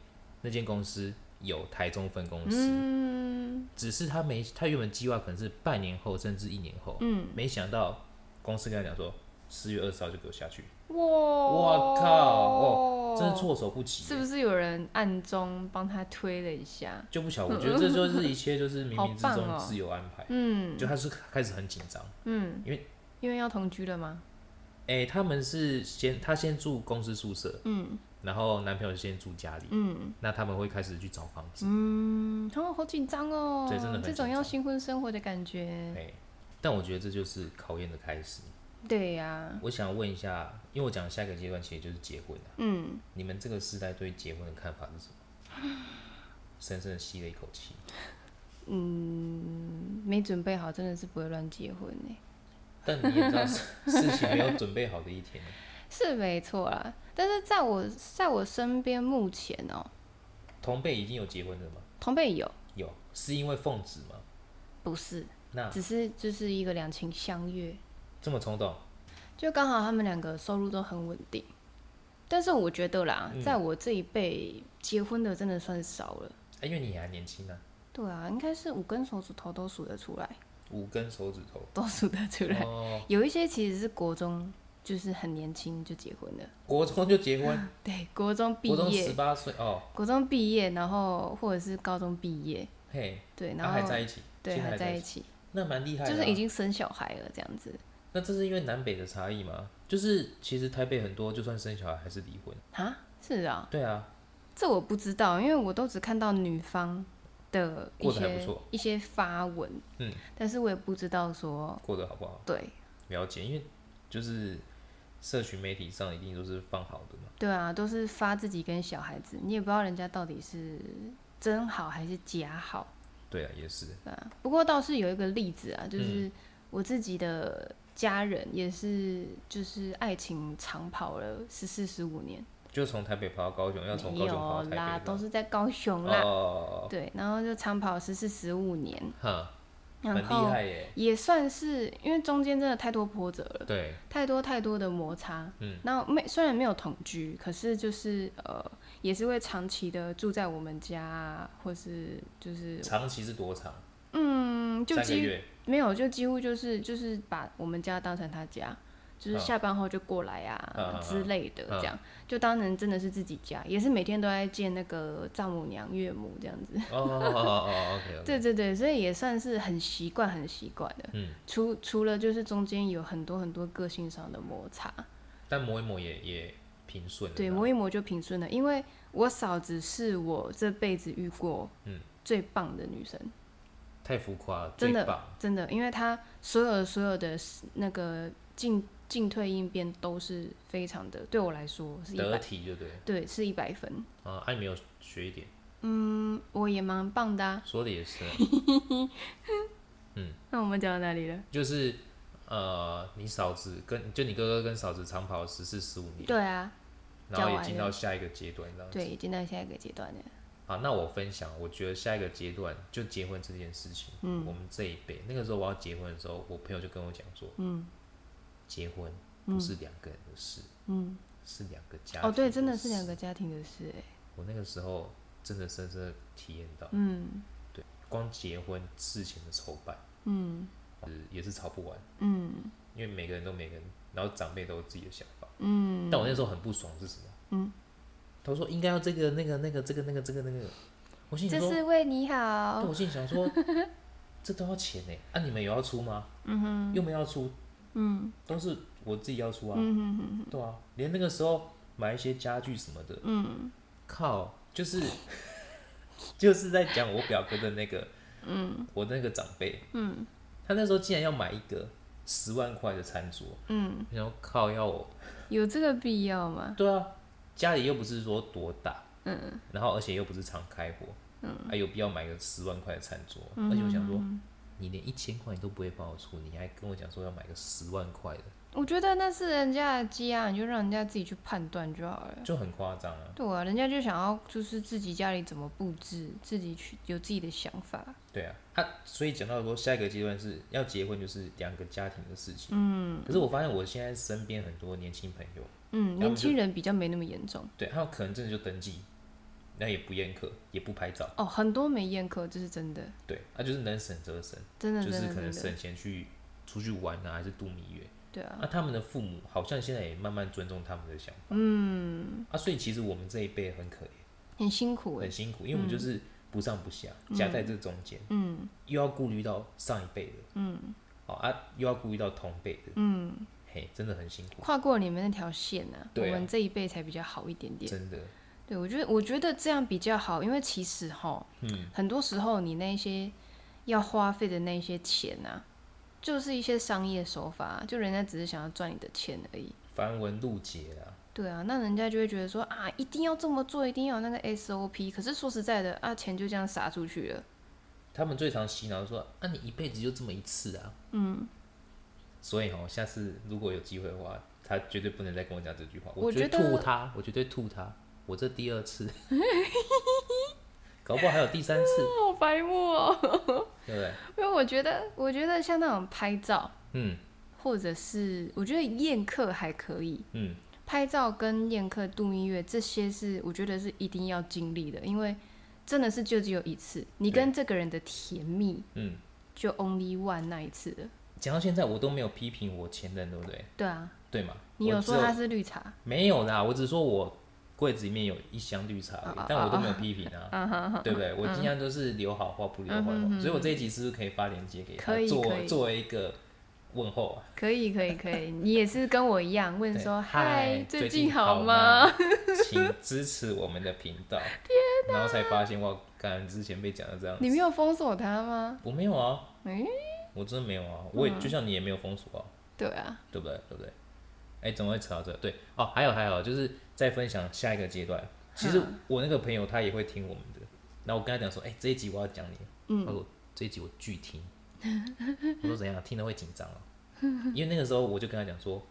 A: 那间公司有台中分公司，
B: 嗯，
A: 只是他没他原本计划可能是半年后甚至一年后，
B: 嗯，
A: 没想到公司跟他讲说四月二十号就给我下去，
B: 哇，
A: 我
B: 我
A: 靠，哦，真是，措手不及耶，
B: 是不是有人暗中帮他推了一下？
A: 就不晓得，我觉得这就是一切就是冥冥之
B: 嗯好棒
A: 中
B: 哦
A: 自由安排，
B: 嗯
A: 就他是开始很紧张，
B: 嗯，
A: 因为
B: 因为要同居了吗？
A: 哎、他们是先他先住公司宿舍，嗯，然后男朋友先住家里，嗯，那他们会开始去找房子，
B: 嗯，哦，好紧张哦，
A: 对真的很
B: 这种
A: 紧
B: 要
A: 张
B: 新婚生活的感觉
A: 哎、。但我觉得这就是考验的开始。
B: 对呀、
A: 我想问一下，因为我讲下一个阶段其实就是结婚啊，
B: 嗯，
A: 你们这个时代对结婚的看法是什么？深深的吸了一口气，
B: 没准备好真的是不会乱结婚欸呢，
A: 但你也知道事事情没有准备好的一天，啊
B: 是没错啦。但是在我在我身边目前哦、
A: 同辈已经有结婚的吗？
B: 同辈有
A: 有，是因为奉旨吗？
B: 不是，
A: 那
B: 只是就是一个两情相悦，
A: 这么冲动，啊
B: 就刚好他们两个收入都很稳定。但是我觉得啦，
A: 嗯
B: 在我这一辈结婚的真的算少了。
A: 哎因为你还年轻啊，
B: 对啊，应该是五根手指头都数得出来，
A: 五根手指头，
B: 都数得出来。
A: 哦，
B: 有一些其实是国中，就是很年轻就结婚了。
A: 国中就结婚，
B: 对，国中毕
A: 国中十
B: 业，
A: 八岁哦，
B: 国中毕业，然后或者是高中毕业，
A: 嘿，
B: 对，
A: 然
B: 然
A: 后
B: 后
A: 啊还在一起，
B: 对
A: 现在
B: 还
A: 还在
B: 在一
A: 起，
B: 起，
A: 那蛮厉害的啊、
B: 就是已经生小孩了这样子
A: 那这是因为南北的差异吗？就是其实台北很多就算生小孩还是离婚，
B: 啊？是啊，
A: 对啊，
B: 这我不知道，因为我都只看到女方的一
A: 过得还不
B: 些
A: 错
B: 一些发文，
A: 嗯，
B: 但是我也不知道说
A: 过得好不好？
B: 对
A: 了解，因为就是社群媒体上一定都是放好的嘛。
B: 对啊，都是发自己跟小孩子，你也不知道人家到底是真好还是假好。
A: 对啊，也是。
B: 对啊，不过倒是有一个例子啊，就是
A: 嗯
B: 我自己的家人也是，就是爱情长跑了十四十五年，
A: 就从台北跑到高雄，要从
B: 没
A: 高雄跑
B: 有
A: 到
B: 啦，
A: 台北
B: 都
A: 嘛。
B: 是在高雄
A: 哦
B: 啦。
A: 哦哦哦
B: 对，然后就长跑十四十五年，
A: 哦，哈，蛮
B: 然
A: 厉
B: 后
A: 害耶。
B: 也算是因为中间真的太多波折了，
A: 对，
B: 太多太多的摩擦。
A: 嗯，
B: 那没虽然没有同居，可是就是呃，也是会长期的住在我们家啊，或是就是
A: 长期是多长？
B: 嗯，就
A: 三个
B: 几
A: 月。
B: 没有，就几乎就是就是把我们家当成他家，就是
A: 嗯
B: 下班后就过来啊、
A: 嗯嗯嗯
B: 之类的，
A: 嗯
B: 这样、就当成真的是自己家，也是每天都在见那个丈母娘、岳母这样子。
A: 哦哦哦哦哦，OK OK。
B: 对对对，所以也算是很习惯、很习惯的。
A: 嗯，
B: 除除了就是中间有很多很多个性上的摩擦，
A: 但磨一磨也也平顺了啦。
B: 对，啊磨一磨就平顺了。因为我嫂子是我这辈子遇过
A: 嗯
B: 最棒的女生，
A: 太浮夸了，
B: 真的
A: 最棒。
B: 真的，因为她所有的所有的那个进进退应变都是非常的，对我来说是一
A: 得
B: 百，
A: 体就对了
B: 对，是一百分。
A: 啊，爱没有学一点，
B: 嗯，我也蛮棒的、啊。
A: 说的也是啊，
B: 那我们讲到哪里了？
A: 就是呃，你嫂子跟就你哥哥跟嫂子长跑十四十五年，
B: 对啊，
A: 然后
B: 讲
A: 也
B: 完
A: 进
B: 了
A: 到下一个阶段这样子。
B: 对，已经到下一个阶段了。
A: 好，那我分享，我觉得下一个阶段就结婚这件事情，嗯，我们这一辈，那个时候我要结婚的时候，我朋友就跟我讲说，嗯，结婚不是两个人的事，
B: 嗯，
A: 是两个家
B: 哦，对，
A: 庭
B: 真的
A: 事
B: 是两个家庭的事、哎，
A: 我那个时候真的深深的体验到，
B: 嗯
A: 对，光结婚事前的筹办，
B: 嗯
A: 呃也是吵不完，
B: 嗯
A: 因为每个人都每个人，然后长辈都有自己的想法。
B: 嗯，
A: 但我那时候很不爽是什么？
B: 嗯，
A: 他说应该要这个那个那个这个那个这个那个，我心里
B: 这
A: 想说，
B: 是哦为你
A: 对啊
B: 好。
A: 我心里想 说，这都要钱呢，啊，你们有要出吗？嗯哼，又没要出，嗯，都是我自己要出啊，嗯哼对啊，连那个时候买一些家具什么的，嗯，靠，就是 就是在讲我表哥的那个，嗯，我那个长辈，嗯，他那时候竟然要买一个十万块的餐桌，
B: 嗯，
A: 然后靠要我。
B: 有这个必要吗？
A: 对啊，家里又不是说多大，嗯，然后而且又不是常开火，嗯，还、有必要买个十万块的餐桌？而且我想说，你连一千块你都不会帮我出，你还跟我讲说要买个十万块的，
B: 我觉得那是人家的家，你就让人家自己去判断就好了。
A: 就很夸张啊。
B: 对啊，人家就想要就是自己家里怎么布置，自己去有自己的想法。
A: 对啊，啊，所以讲到说下一个阶段是要结婚，就是两个家庭的事情。嗯，可是我发现我现在身边很多年轻朋友，
B: 嗯，
A: 然后
B: 年
A: 就
B: 轻人比较没那么严重
A: 对他们可能真的就登记，那也不宴客，也不拍照，
B: 哦，很多没宴客，这是真的，
A: 对，那、就是能省则省，
B: 真的，
A: 就
B: 真
A: 是
B: 的，
A: 可能
B: 真的，
A: 省钱去出去玩啊，还是度蜜月。
B: 对啊，
A: 那、他们的父母好像现在也慢慢尊重他们的想法，嗯，啊，所以其实我们这一辈很可怜，
B: 很辛苦哎
A: 很。辛苦，因为我们就是不上不下，夹在这中间，嗯，又要顾虑到上一辈的，嗯，哦啊，又要顾虑到同辈的，嗯，嘿，真的很辛苦，
B: 欸跨过你们那条线呢、啊，我
A: 对啊
B: 们这一辈才比较好一点点。
A: 真的，
B: 对，我觉得我觉得这样比较好，因为其实哈，
A: 嗯，
B: 很多时候你那些要花费的那些钱啊，就是一些商业手法，啊就人家只是想要赚你的钱而已。
A: 繁文缛节啦，
B: 对啊，那人家就会觉得说啊，一定要这么做，一定要有那个 SOP。可是说实在的啊，钱就这样撒出去了。
A: 他们最常洗脑说，啊，你一辈子就这么一次啊，嗯，所以哦，下次如果有机会的话，他绝对不能再跟我讲这句话，
B: 我
A: 绝
B: 觉
A: 对
B: 得
A: 吐他，我绝对吐他，我这第二 次，搞不好还有第三次，
B: 好白目哦，
A: 对不对？
B: 因为我觉得，我觉得像那种拍照，
A: 嗯
B: 或者是我觉得宴客还可以，
A: 嗯，
B: 拍照跟宴客、度蜜月这些是我觉得是一定要经历的，因为真的是就只有一次，你
A: 对
B: 跟这个人的甜蜜，
A: 嗯，
B: 就 only one 那一次了。
A: 讲到现在我都没有批评我前任，对不对？
B: 对啊，
A: 对嘛？
B: 你有
A: 我只
B: 说他是绿茶，
A: 没有啦？我只说我柜子里面有一箱绿茶而已
B: 哦哦，
A: 但我都没有批评
B: 嗯
A: 啊，对不对？我尽量都是留好话不留坏话，所以我这一集是不是可以发链接给他
B: 可以
A: 作
B: 可以
A: 作为一个问候啊？
B: 可以可以可以，你也是跟我一样问
A: 对
B: 说
A: 嗨
B: 嗨，，
A: 最
B: 近好
A: 吗
B: 吗？？
A: 请支持我们的频 道。然后才发现，哇，刚之前被讲的这样子，
B: 你没有封锁他吗？
A: 我没有啊，
B: 诶，嗯
A: 我真的没有啊，我也就像你也没有封锁啊，
B: 对啊，
A: 对不对？对不对？哎、怎么会扯到这？对，哦，还有还有，就是再分享下一个阶段。其实
B: 嗯
A: 我那个朋友他也会听我们的，然后我跟他讲说，哎、这一集我要讲你，
B: 嗯
A: 他说这一集我拒听，我说怎样，听了会紧张哦，因为那个时候我就跟他讲说，我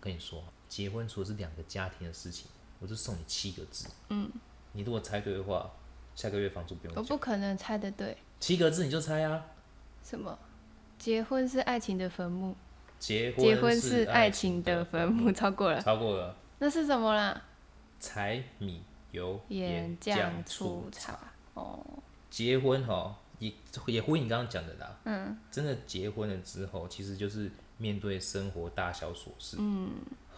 A: 跟你说，结婚除了是两个家庭的事情，我就送你七个字，嗯，你如果猜对的话，下个月房租不用
B: 我
A: 交，
B: 不可能猜得对。
A: 七个字你就猜啊，
B: 什么？结婚是爱情的坟墓，
A: 结婚
B: 结婚是爱
A: 情
B: 情的坟墓，超过了，
A: 超过了
B: 那是什么啦？
A: 柴米油
B: 盐
A: 酱
B: 酱醋茶。哦，
A: 结婚哈，也也呼应你刚刚讲的啦。嗯，真的结婚了之后，其实就是面对生活大小琐事，嗯，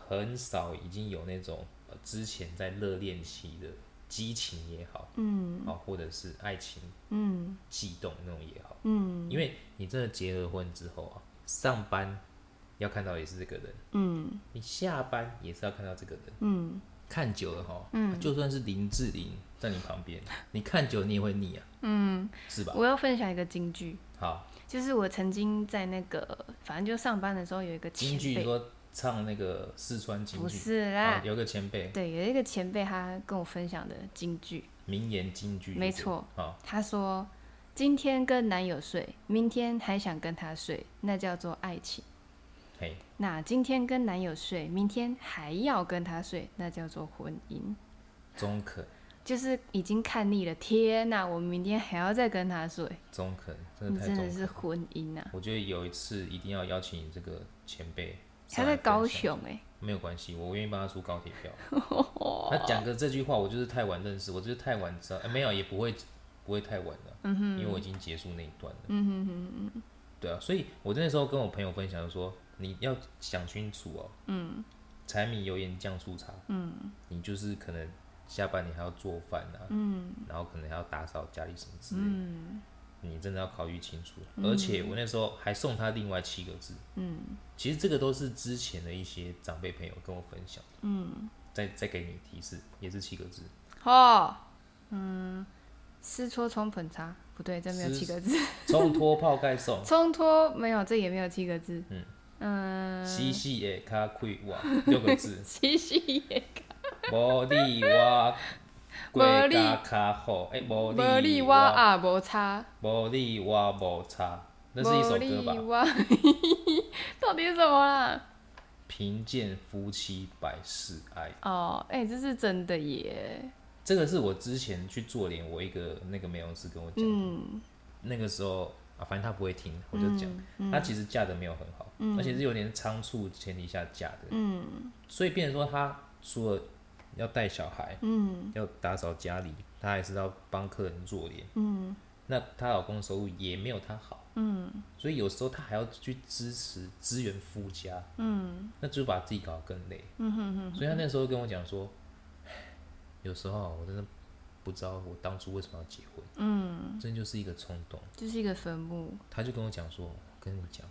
A: 很少已经有那种、呃、之前在热恋期的激情也好，嗯，啊，或者是爱情，嗯，悸动那种也好，嗯，因为你真的结了婚之后啊，上班要看到也是这个人，嗯，你下班也是要看到这个人，嗯。看久了哈，嗯，就算是林志玲在你旁边，你看久了你也会腻啊，是吧？
B: 我要分享一个京剧，
A: 好，
B: 就是我曾经在那个，反正就上班的时候有一个前
A: 京剧你
B: 辈，
A: 说唱那个四川京
B: 不
A: 剧，
B: 是
A: 啊
B: 啦，
A: 有个前辈
B: 对，有一个前辈他跟我分享的京剧，
A: 名言京剧，
B: 没错，
A: 啊，
B: 他说今天跟男友睡，明天还想跟他睡，那叫做爱情。
A: 嘿，
B: 那今天跟男友睡，明天还要跟他睡，那叫做婚姻。
A: 中肯，
B: 就是已经看腻了，天呐，我明天还要再跟他睡，
A: 中肯，真
B: 你
A: 的太
B: 真的
A: 中
B: 是
A: 肯。
B: 婚姻啊！
A: 我觉得有一次一定要邀请你这个前辈，
B: 他在高
A: 上来分享，
B: 雄哎、
A: 没有关系，我愿意帮他出高铁 票。他讲个这句话，我就是太晚认识，我就是太晚知道，哎没有也不会不会太晚了，因为我已经结束那一段了。嗯对啊，所以我那时候跟我朋友分享就说，你要想清楚哦，嗯，柴米油盐酱醋茶，嗯，你就是可能下班你还要做饭啊，嗯，然后可能还要打扫家里什么之类的，嗯，你真的要考虑清楚。而且我那时候还送他另外七个字，嗯，其实这个都是之前的一些长辈朋友跟我分享，嗯，再再给你提示，也是七个字，
B: 哦，嗯，丝搓冲捧擦，不对，这没有
A: 丝
B: 七个字，，
A: 冲脱泡盖送
B: 冲脱没有，这也没有七个字，嗯，
A: 西西的卡亏哇，六个字
B: 七夕也
A: 无你我。
B: 无
A: 国
B: 你
A: 家较好，哎，无
B: 无
A: 你
B: 力
A: 我
B: 挖啊无差，
A: 无你我无差，那是一首
B: 无
A: 歌
B: 力
A: 吧？
B: 挖， 到底是什么啦？
A: 贫贱夫妻百事哀，
B: 哦，哎、这是真的耶，
A: 这个是我之前去做脸，我一个那个美容师跟我讲，
B: 嗯
A: 那个时候啊，反正他不会听，我就讲，
B: 嗯
A: 他其实嫁的没有很好，而且是有点仓促前提下嫁的，
B: 嗯
A: 所以变成说他除了要带小孩，
B: 嗯
A: 要打扫家里，他还是要帮客人做脸，
B: 嗯
A: 那她老公的收入也没有她好，
B: 嗯
A: 所以有时候她还要去支持支援夫家，
B: 嗯
A: 那就把自己搞得更累。
B: 嗯哼哼，
A: 所以他那时候跟我讲说，有时候啊我真的不知道我当初为什么要结婚，
B: 嗯，
A: 真的就是一个冲动。
B: 就是一个坟墓。
A: 他就跟我讲说，我跟你讲，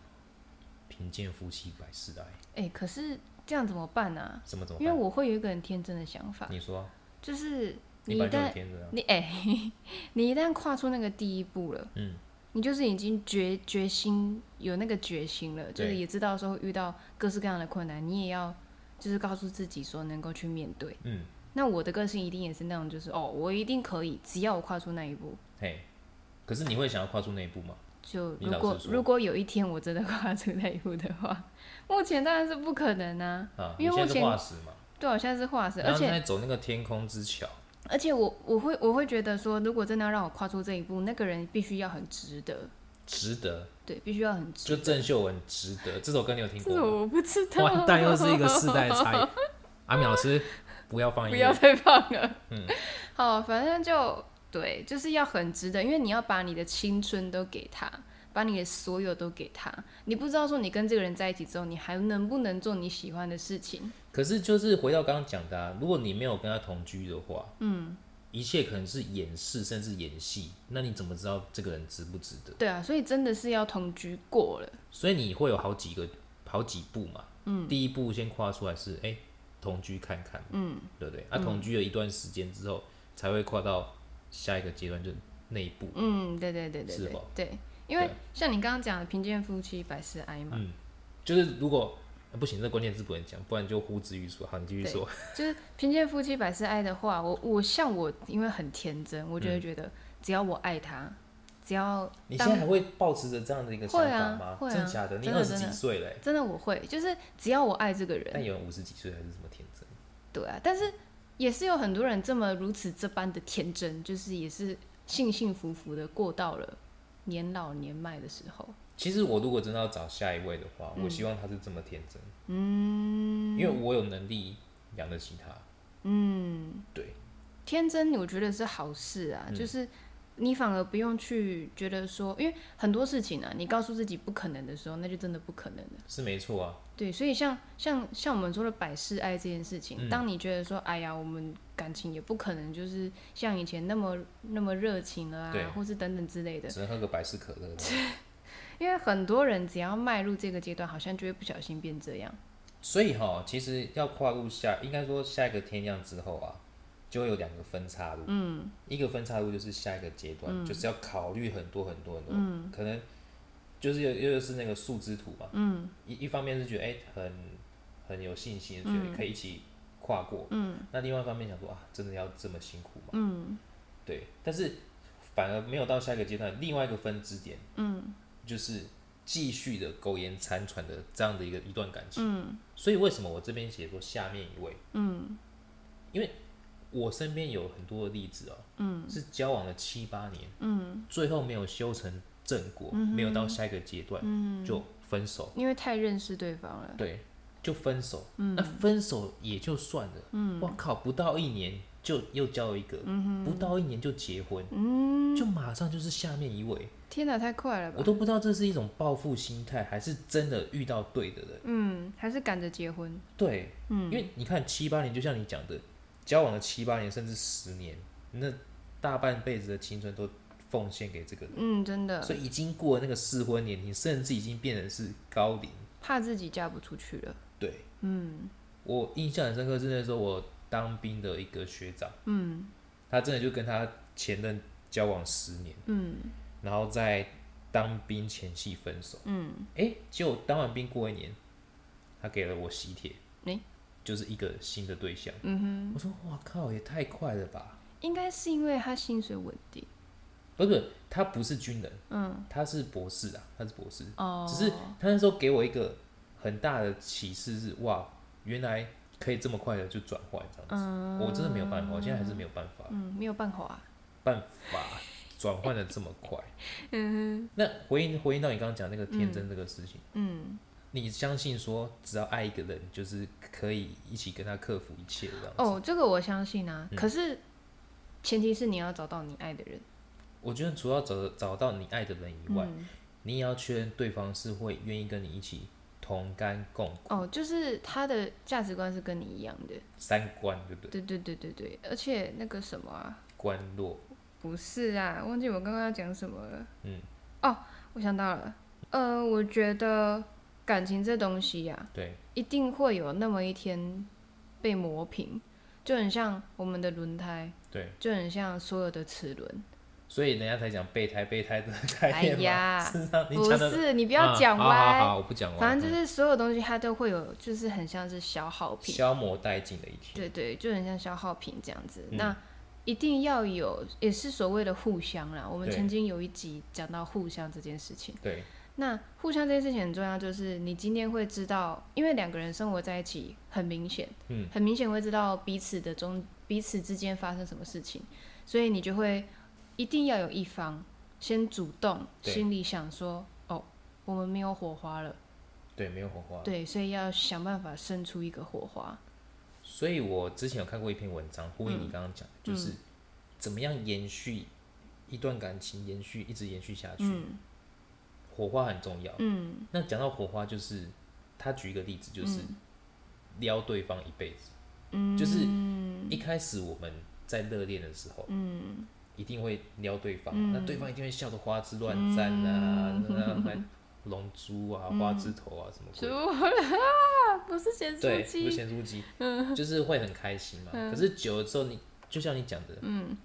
A: 贫贱夫妻百事哀，
B: 哎、可是这样怎么办呢、啊？
A: 怎么怎么
B: 因为
A: 办？
B: 我会有一个很天真的想法，
A: 哎你说啊、
B: 就是
A: 你
B: 一
A: 把就
B: 旦
A: 很天真啊，
B: 你哎、 你一旦跨出那个第一步了，
A: 嗯，
B: 你就是已经决决心有那个决心了，就是
A: 对
B: 也知道说会遇到各式各样的困难，你也要就是告诉自己说能够去面对。
A: 嗯，
B: 那我的个性一定也是那种，就是哦，我一定可以，只要我跨出那一步。
A: 嘿，可是你会想要跨出那一步吗？
B: 就
A: 你
B: 如
A: 老
B: 果
A: 实说
B: 如果有一天我真的跨出那一步的话， 目前当然是不可能啊。
A: 啊，
B: 因为
A: 你现在
B: 目
A: 是
B: 前
A: 化石嘛，
B: 对，啊我现在是化石，
A: 然
B: 而
A: 后现
B: 且
A: 在走那个天空之桥，
B: 而且我我会我会觉得说，如果真的要让我跨出这一步，那个人必须要很值得，
A: 值得，
B: 对，必须要很值
A: 就郑秀文值得。这首歌你有听
B: 这
A: 过
B: 个
A: 吗？
B: 我不知 道，
A: 完蛋，又是一个世代的 差异。阿米老师，啊不要放
B: 不
A: 音
B: 要
A: 乐。
B: 再放了。嗯， 好，反正就对，就是要很值得，因为你要把你的青春都给他，把你的所有都给他。你不知道说你跟这个人在一起之后，你还能不能做你喜欢的事情？
A: 可是就是回到刚刚讲的、啊，如果你没有跟他同居的话，嗯，一切可能是掩饰，甚至演戏，那你怎么知道这个人值不值得？
B: 对啊，所以真的是要同居过了。
A: 所以你会有好几个、好几步嘛。嗯，第一步先跨出来是哎、同居看看，嗯，对不对？啊，同居了一段时间之后，才会跨到下一个阶段，就是那一步。
B: 嗯，对对对对
A: 是
B: 对
A: 吧
B: 对，因为
A: 对
B: 像你刚刚讲的贫贱夫妻百事哀嘛，
A: 嗯就是如果啊不行，这关键字不能讲，不然就呼之欲出。好，你继续
B: 对
A: 说。
B: 就是贫贱夫妻百事哀的话，我我像我，因为很天真，我就会觉得只要我爱他，只要
A: 你现
B: 当
A: 在还会保持着这样的一个想
B: 会啊
A: 法吗？
B: 会啊
A: 真假的？你
B: 真的
A: 二十
B: 真的
A: 几岁嘞、
B: 真的我会，就是只要我爱这个
A: 但
B: 人，
A: 有人五十几岁还是这么天真。
B: 对啊，但是也是有很多人这么如此这般的天真，就是也是幸幸福福的过到了年老年迈的时候，
A: 其实我如果真的要找下一位的话，
B: 嗯
A: 我希望他是这么天真。嗯，因为我有能力养得起他。嗯，对，
B: 天真我觉得是好事啊，就是。你反而不用去觉得说，因为很多事情啊，你告诉自己不可能的时候，那就真的不可能了。
A: 是没错啊。
B: 对，所以像像像我们说的百事哀这件事情，
A: 嗯
B: 当你觉得说，哎呀，我们感情也不可能就是像以前那么那么热情了啊
A: 对，
B: 或是等等之类的，
A: 只能喝个百事可乐了。
B: 因为很多人只要迈入这个阶段，好像就会不小心变这样。
A: 所以哈、其实要跨入下，应该说下一个天亮之后啊，就会有两个分岔路。嗯，一个分岔路就是下一个阶段，就是要考虑很多很多很多，可能就是又又是那个树枝图嘛。嗯，一一方面是觉得哎、很很有信心，觉得可以一起跨过。嗯，那另外一方面想说啊，真的要这么辛苦吗？嗯，对，但是反而没有到下一个阶段，另外一个分支点，嗯，就是继续的苟延残喘的这样的一个一段感情。所以为什么我这边写说下面一位？嗯，因为我身边有很多的例子哦，嗯，是交往了七八年，嗯，最后没有修成正果，没有到下一个阶段，嗯，就分手，
B: 因为太认识对方了，
A: 对，就分手。那分手也就算了，嗯，我靠，不到一年就又交一个，嗯、不到一年就结婚，嗯，就马上就是下面一位，
B: 天哪，太快了
A: 我
B: 吧？
A: 都不知道这是一种报复心态，还是真的遇到对的人。
B: 嗯，还是赶着结婚，
A: 对，嗯，因为你看七八年，就像你讲的，交往了七八年甚至十年，那大半辈子的青春都奉献给这个人，
B: 嗯，真的
A: 所以已经过了那个适婚年龄，甚至已经变成是高龄。
B: 怕自己嫁不出去了。
A: 对，嗯，我印象很深刻是那时候我当兵的一个学长，嗯，他真的就跟他前任交往十年，嗯，然后在当兵前夕分手，嗯，哎、结果当完兵过一年，他给了我喜帖，
B: 诶
A: 就是一个新的对象，嗯哼，我说哇靠，也太快了吧，
B: 应该是因为他薪水稳定
A: 不是，他不是军人，嗯，他是博士啊，他是博士，
B: 哦，
A: 只是他那时候给我一个很大的启示是，哇，原来可以这么快的就转换这样子，我真的没有办法，我现在还是没有办法，
B: 嗯，没有办法、啊，
A: 办法转换的这么 快。嗯，那回应回应到你刚刚讲那个天真这个事情，嗯，你相信说只要爱一个人，就是可以一起跟他克服一切这样子。
B: 哦，这个我相信啊，
A: 嗯
B: 可是前提是你要找到你爱的人。
A: 我觉得除了找找到你爱的人以外，
B: 嗯
A: 你也要确认对方是会愿意跟你一起同甘共苦，
B: 哦，就是他的价值观是跟你一样的。
A: 三观对不对？
B: 对对对对对，而且那个什么啊，
A: 观落
B: 不是啊，忘记我刚刚要讲什么了。
A: 嗯。
B: 哦，我想到了，呃，我觉得感情这东西呀、
A: 对。
B: 一定会有那么一天被磨平，就很像我们的轮胎，
A: 对，
B: 就很像所有的齿轮。
A: 所以人家才讲备胎，备胎的概
B: 哎
A: 念嘛。
B: 呀，
A: 是让你
B: 不
A: 讲的，
B: 是，你
A: 不
B: 不要讲歪。
A: 好好好，我不讲歪。
B: 反正
A: 嗯
B: 就是所有东西它都会有，就是很像是消耗品。
A: 消磨殆尽的一天。
B: 对对，就很像消耗品这样子。
A: 嗯
B: 那一定要有，也是所谓的互相啦。我们
A: 对
B: 曾经有一集讲到互相这件事情。
A: 对
B: 那互相这件事情很重要，就是你今天会知道，因为两个人生活在一起，很明显，
A: 嗯，
B: 很明显会知道彼此的中彼此之间发生什么事情，所以你就会一定要有一方先主动，
A: 对
B: 心里想说，哦，我们没有火花了，
A: 对，没有火花。
B: 对，所以要想办法生出一个火花。
A: 所以我之前有看过一篇文章，呼应你刚刚讲的，就是怎么样延续一段感情，延续一直延续下去，火花很重要。嗯，那讲到火花，就是他举一个例子，就是撩对方一辈子。嗯，就是一开始我们在热恋的时候，嗯，一定会撩对方，那对方一定会笑得花枝乱颤啊，那还龙珠啊、花枝头啊什么鬼的。
B: 不是 咸
A: 对，不是，咸酥 鸡，就是会很开心嘛。可是久了之后你，就像你讲的，嗯，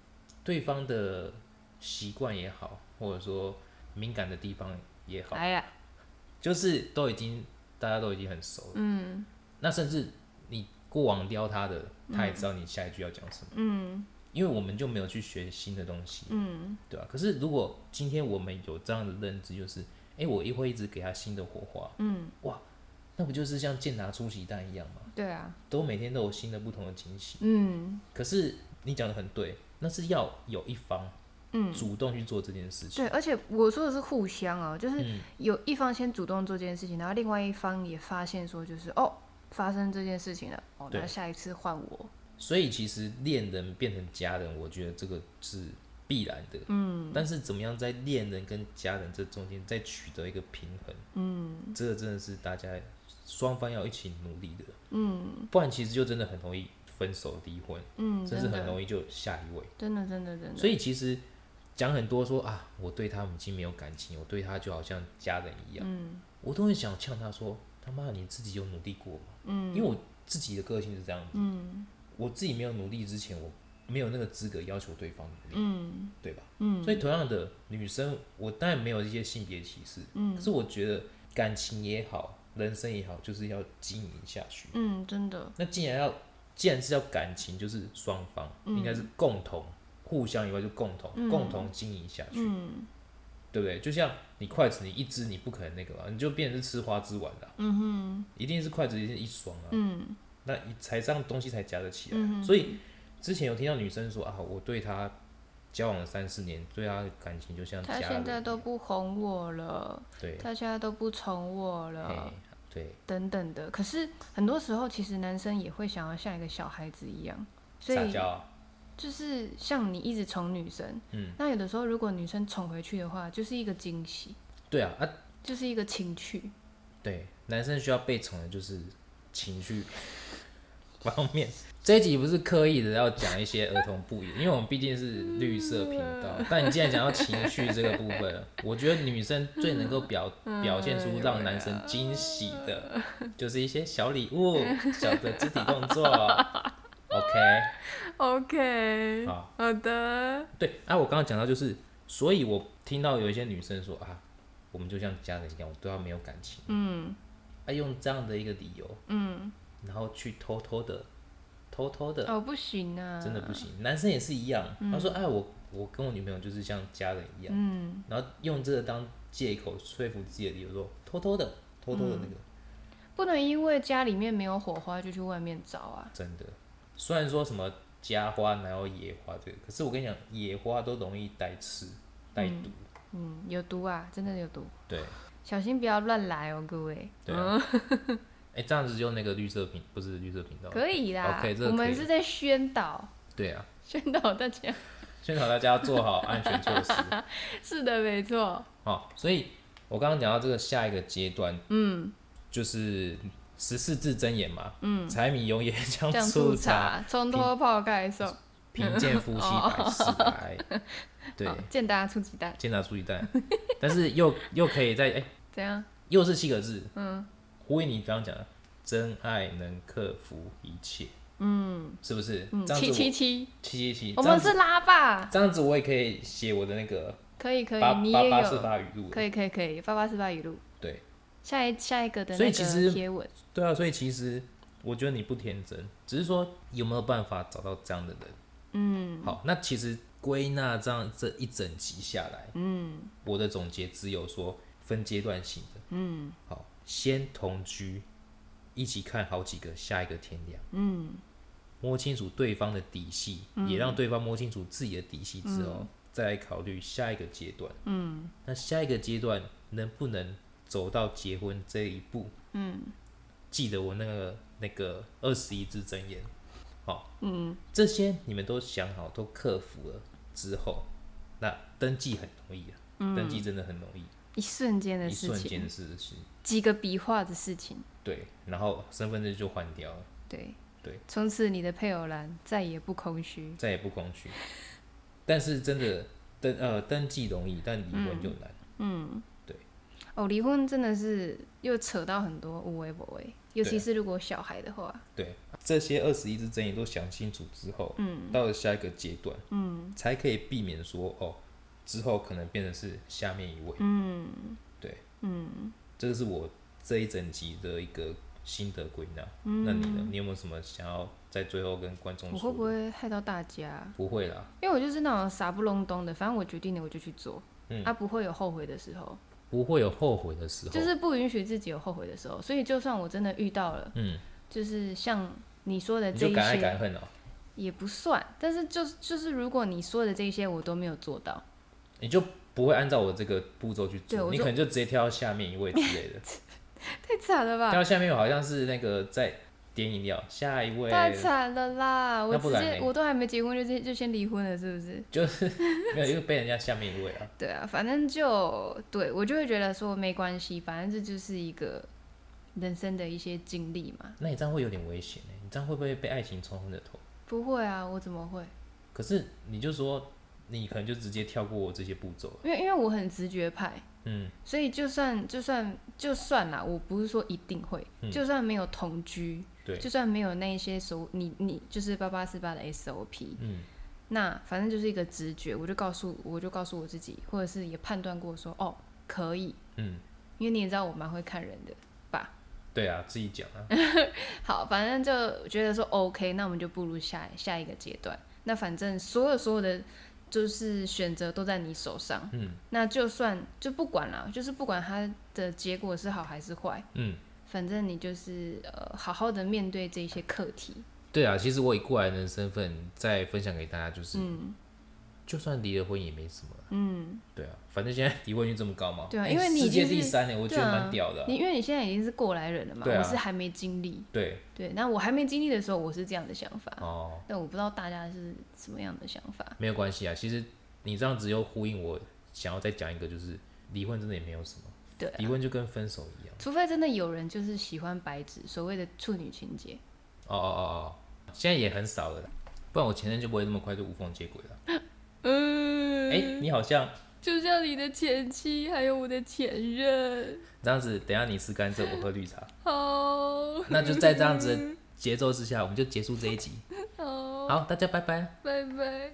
A: 对方的习惯也好，或者说敏感的地方也好，
B: 哎呀，
A: 就是都已经大家都已经很熟了，嗯，那甚至你过往撩他的，他也知道你下一句要讲什么，嗯，因为我们就没有去学新的东西，嗯，对吧、可是如果今天我们有这样的认知，就是，哎、我也会一直给他新的火花，嗯，哇，那不就是像健达出奇蛋一样吗？
B: 对啊，
A: 都每天都有新的不同的惊喜。
B: 嗯，
A: 可是你讲的很对，那是要有一方，主动去做这件事情。
B: 对，而且我说的是互相啊，就是
A: 嗯
B: 有一方先主动做这件事情，然后另外一方也发现说，就是哦，发生这件事情了，哦，
A: 对
B: 那下一次换我。
A: 所以其实恋人变成家人，我觉得这个是必然的。嗯，但是怎么样在恋人跟家人这中间再取得一个平衡，嗯，这个真的是大家双方要一起努力的。嗯，不然其实就真的很容易分手、离婚，
B: 嗯，
A: 甚
B: 真
A: 至
B: 的，
A: 很容易就下一位。
B: 真的，真的，真的，
A: 所以其实讲很多说啊，我对他已经没有感情，我对他就好像家人一样。嗯，我都很想呛他说，他妈的你自己有努力过吗？嗯，因为我自己的个性是这样子。嗯，我自己没有努力之前，我没有那个资格要求对方努力。嗯，对吧？嗯，所以同样的，女生我当然没有一些性别歧视。嗯，可是我觉得感情也好，人生也好，就是要经营下去。
B: 嗯，真的，
A: 那既然要，既然是要感情，就是双方、应该是共同互相以外就共同、共同经营下去，对不对？就像你筷子，你一只你不可能那个嘛，你就变成是吃花枝丸了、嗯哼，一定是筷子一定是一双啊，嗯，那你才这样东西才夹得起来。所以之前有听到女生说啊，我对他交往了三四年，对他的感情就像家
B: 他
A: 人一样，
B: 现在都不哄我了，
A: 对，
B: 他现在都不宠我了
A: 嘿，对，
B: 等等的。可是很多时候，其实男生也会想要像一个小孩子一样，所
A: 撒
B: 以
A: 娇啊，
B: 就是像你一直宠女生，
A: 嗯，
B: 那有的时候如果女生宠回去的话，就是一个惊喜，
A: 对啊，啊，
B: 就是一个情趣。
A: 对，男生需要被宠的就是情绪方面。这一集不是刻意的要讲一些儿童不宜，因为我们毕竟是绿色频道。但你既然讲到情绪这个部分，我觉得女生最能够表表现出让男生惊喜的，就是一些小礼物、小的肢体动作。OK，
B: OK，
A: 好，
B: 好的，
A: 对啊，我刚刚讲到就是，所以我听到有一些女生说啊，我们就像家人一样，我对他没有感情。
B: 嗯
A: 啊，用这样的一个理由，
B: 嗯，
A: 然后去偷偷的、偷偷的，
B: 哦不嗯行啊，
A: 真的不行。男生也是一样，他说：“哎，我我跟我女朋友就是像家人一样。”嗯，然后用这个当借口说服自己的理由，说偷偷的、偷偷的那个，
B: 嗯不能因为家里面没有火花就去外面找啊。
A: 真的。虽然说什么家花哪有野花这个，可是我跟你讲，野花都容易带刺、带毒。
B: 嗯，有毒啊，真的有毒，
A: 对
B: 小心不要乱来哦，各位。
A: 对啊， 哎、这样子就那个绿色频不是绿色频道，
B: 嗯可以啦
A: OK，这个
B: 我
A: 可
B: 们
A: 以
B: 是在宣导，
A: 对啊，
B: 宣导大家。
A: 宣传大家要做好安全措施。
B: 是的，没错。
A: 哦，所以我刚刚讲到这个下一个阶段，嗯，就是十四字真言嘛，嗯，柴米油盐酱
B: 酱
A: 醋
B: 醋
A: 茶，
B: 茶，从头泡盖送，
A: 贫贱夫妻百事哀， 对，
B: 哦好见大家出鸡蛋，
A: 煎炸出鸡蛋，但是又又可以在哎、
B: 怎样？
A: 又是七个字，嗯，呼应你刚刚讲的，真爱能克服一切，嗯，是不是？
B: 嗯，
A: 这样子
B: 七
A: 我
B: 七七，
A: 七七七，
B: 我
A: 这样
B: 们
A: 子
B: 是拉霸，
A: 这样子我也可以写我的那个
B: 可以可以
A: 八，
B: 你
A: 八
B: 也
A: 八四
B: 有，
A: 八语录了，
B: 可以可以可以，八八四八语录。
A: 对。
B: 下一下一个的
A: 所以
B: 那
A: 其实
B: 个贴文，
A: 对啊，所以其实我觉得你不天真，只是说有没有办法找到这样的人。嗯，好，那其实归纳这样这一整集下来，嗯，我的总结只有说分阶段性的，嗯，好，先同居，一起看好几个，下一个天亮，嗯，摸清楚对方的底细，也让对方摸清楚自己的底细之后，再来考虑下一个阶段，嗯，那下一个阶段能不能走到结婚这一步？记得我那个那个二十一字真言，好、嗯，这些你们都想好、都克服了之后，那登记很容易啊，登记真的很容易，
B: 一瞬间的
A: 一
B: 嗯事
A: 瞬
B: 情，
A: 间的事情，
B: 几个笔画的事情，
A: 对，然后身份证就换掉了，
B: 对
A: 对。
B: 从此你的配偶栏再也不空虚，
A: 再也不空虚。但是真的登呃登记容易，但离
B: 嗯
A: 婚就难，
B: 哦，离婚真的是又扯到很多无微不微，尤
A: 对
B: 其
A: 啊
B: 是如果有小孩的话，
A: 对。这些二十一字真言都想清楚之后，嗯，到了下一个阶段，嗯，才可以避免说哦，之后可能变成是下面一位，
B: 嗯，
A: 对，嗯，这个是我这一整集的一个心得归纳。那你呢？你有没有什么想要在最后跟观众
B: 嗯我
A: 说
B: 会
A: 的？
B: 不会害到大家？
A: 不会啦，
B: 因为我就是那种傻不隆咚的，反正我决定了我就去做，
A: 嗯
B: 啊，不会有后悔的时候，
A: 不会有后悔的时候。
B: 就是不允许自己有后悔的时候。所以就算我真的遇到了，
A: 嗯，
B: 就是像你说的
A: 你
B: 这
A: 就
B: 一
A: 敢爱敢
B: 些，
A: 恨哦、
B: 也不算，但是就是就是如果你说的这一些我都没有做到，
A: 你就不会按照我这个步骤去
B: 对我
A: 做，你
B: 就
A: 可能就直接跳到下面一位之 类的。
B: 太惨了吧
A: 跳？到下面好像是那个在点饮料，下一位
B: 太惨了啦！我
A: 那不
B: 直
A: 然
B: 接
A: 呢
B: 我都还没结婚就先就先离婚了，是不是？
A: 没有，因为被人家下面一位啊。
B: 对啊，反正就对我就会觉得说没关系，反正这就是一个人生的一些经历嘛。
A: 那你这样会有点危险哎、你这样会不会被爱情冲昏了头？
B: 不会啊，我怎么会？
A: 可是你就说你可能就直接跳过我这些步骤了，
B: 因为因为我很直觉派，
A: 嗯，
B: 所以就算就算就算啦，我不是说一定会，
A: 嗯
B: 就算没有同居，
A: 对
B: 就算没有那一些所你你就是八八四八的 SOP，
A: 嗯，
B: 那反正就是一个直觉，我就告诉我就告诉我自己，或者是也判断过说哦可以，
A: 嗯，
B: 因为你也知道我蛮会看人的。
A: 对啊，自己讲啊，
B: 好，反正就觉得说 OK，那我们就步入下下一个阶段。那反正所有所有的就是选择都在你手上，
A: 嗯
B: 那就算就不管啦，就是不管它的结果是好还是坏，
A: 嗯，
B: 反正你就是呃好好的面对这些课题。
A: 对啊。其实我以过来人的身份再分享给大家，就是、
B: 嗯，
A: 就算离了婚也没什么，嗯，对啊，反正现在离婚率这么高嘛，
B: 对啊
A: 哎
B: 因为你
A: 世
B: 已经
A: 界
B: 是
A: 第三哎、我觉得
B: 对啊
A: 蛮屌的啊、
B: 你因为你现在已经是过来人了嘛，
A: 对啊
B: 我是还没经历。
A: 对
B: 对，那我还没经历的时候，我是这样的想法。
A: 哦。
B: 但我不知道大家是什么样的想法。
A: 没有关系啊，其实你这样子又呼应我想要再讲一个，就是离婚真的也没有什么，
B: 对啊
A: 离婚就跟分手一样。
B: 除非真的有人就是喜欢白纸，所谓的处女情节。
A: 哦哦哦哦，现在也很少了啦，不然我前任就不会那么快就无缝接轨了。
B: 嗯
A: 哎、你好像
B: 就像你的前妻，还有我的前任，
A: 这样子，等一下你吃甘蔗，我喝绿茶，
B: 好
A: 那就在这样子的节奏之下，我们就结束这一集。
B: 好，
A: 好，大家拜拜。
B: 拜拜。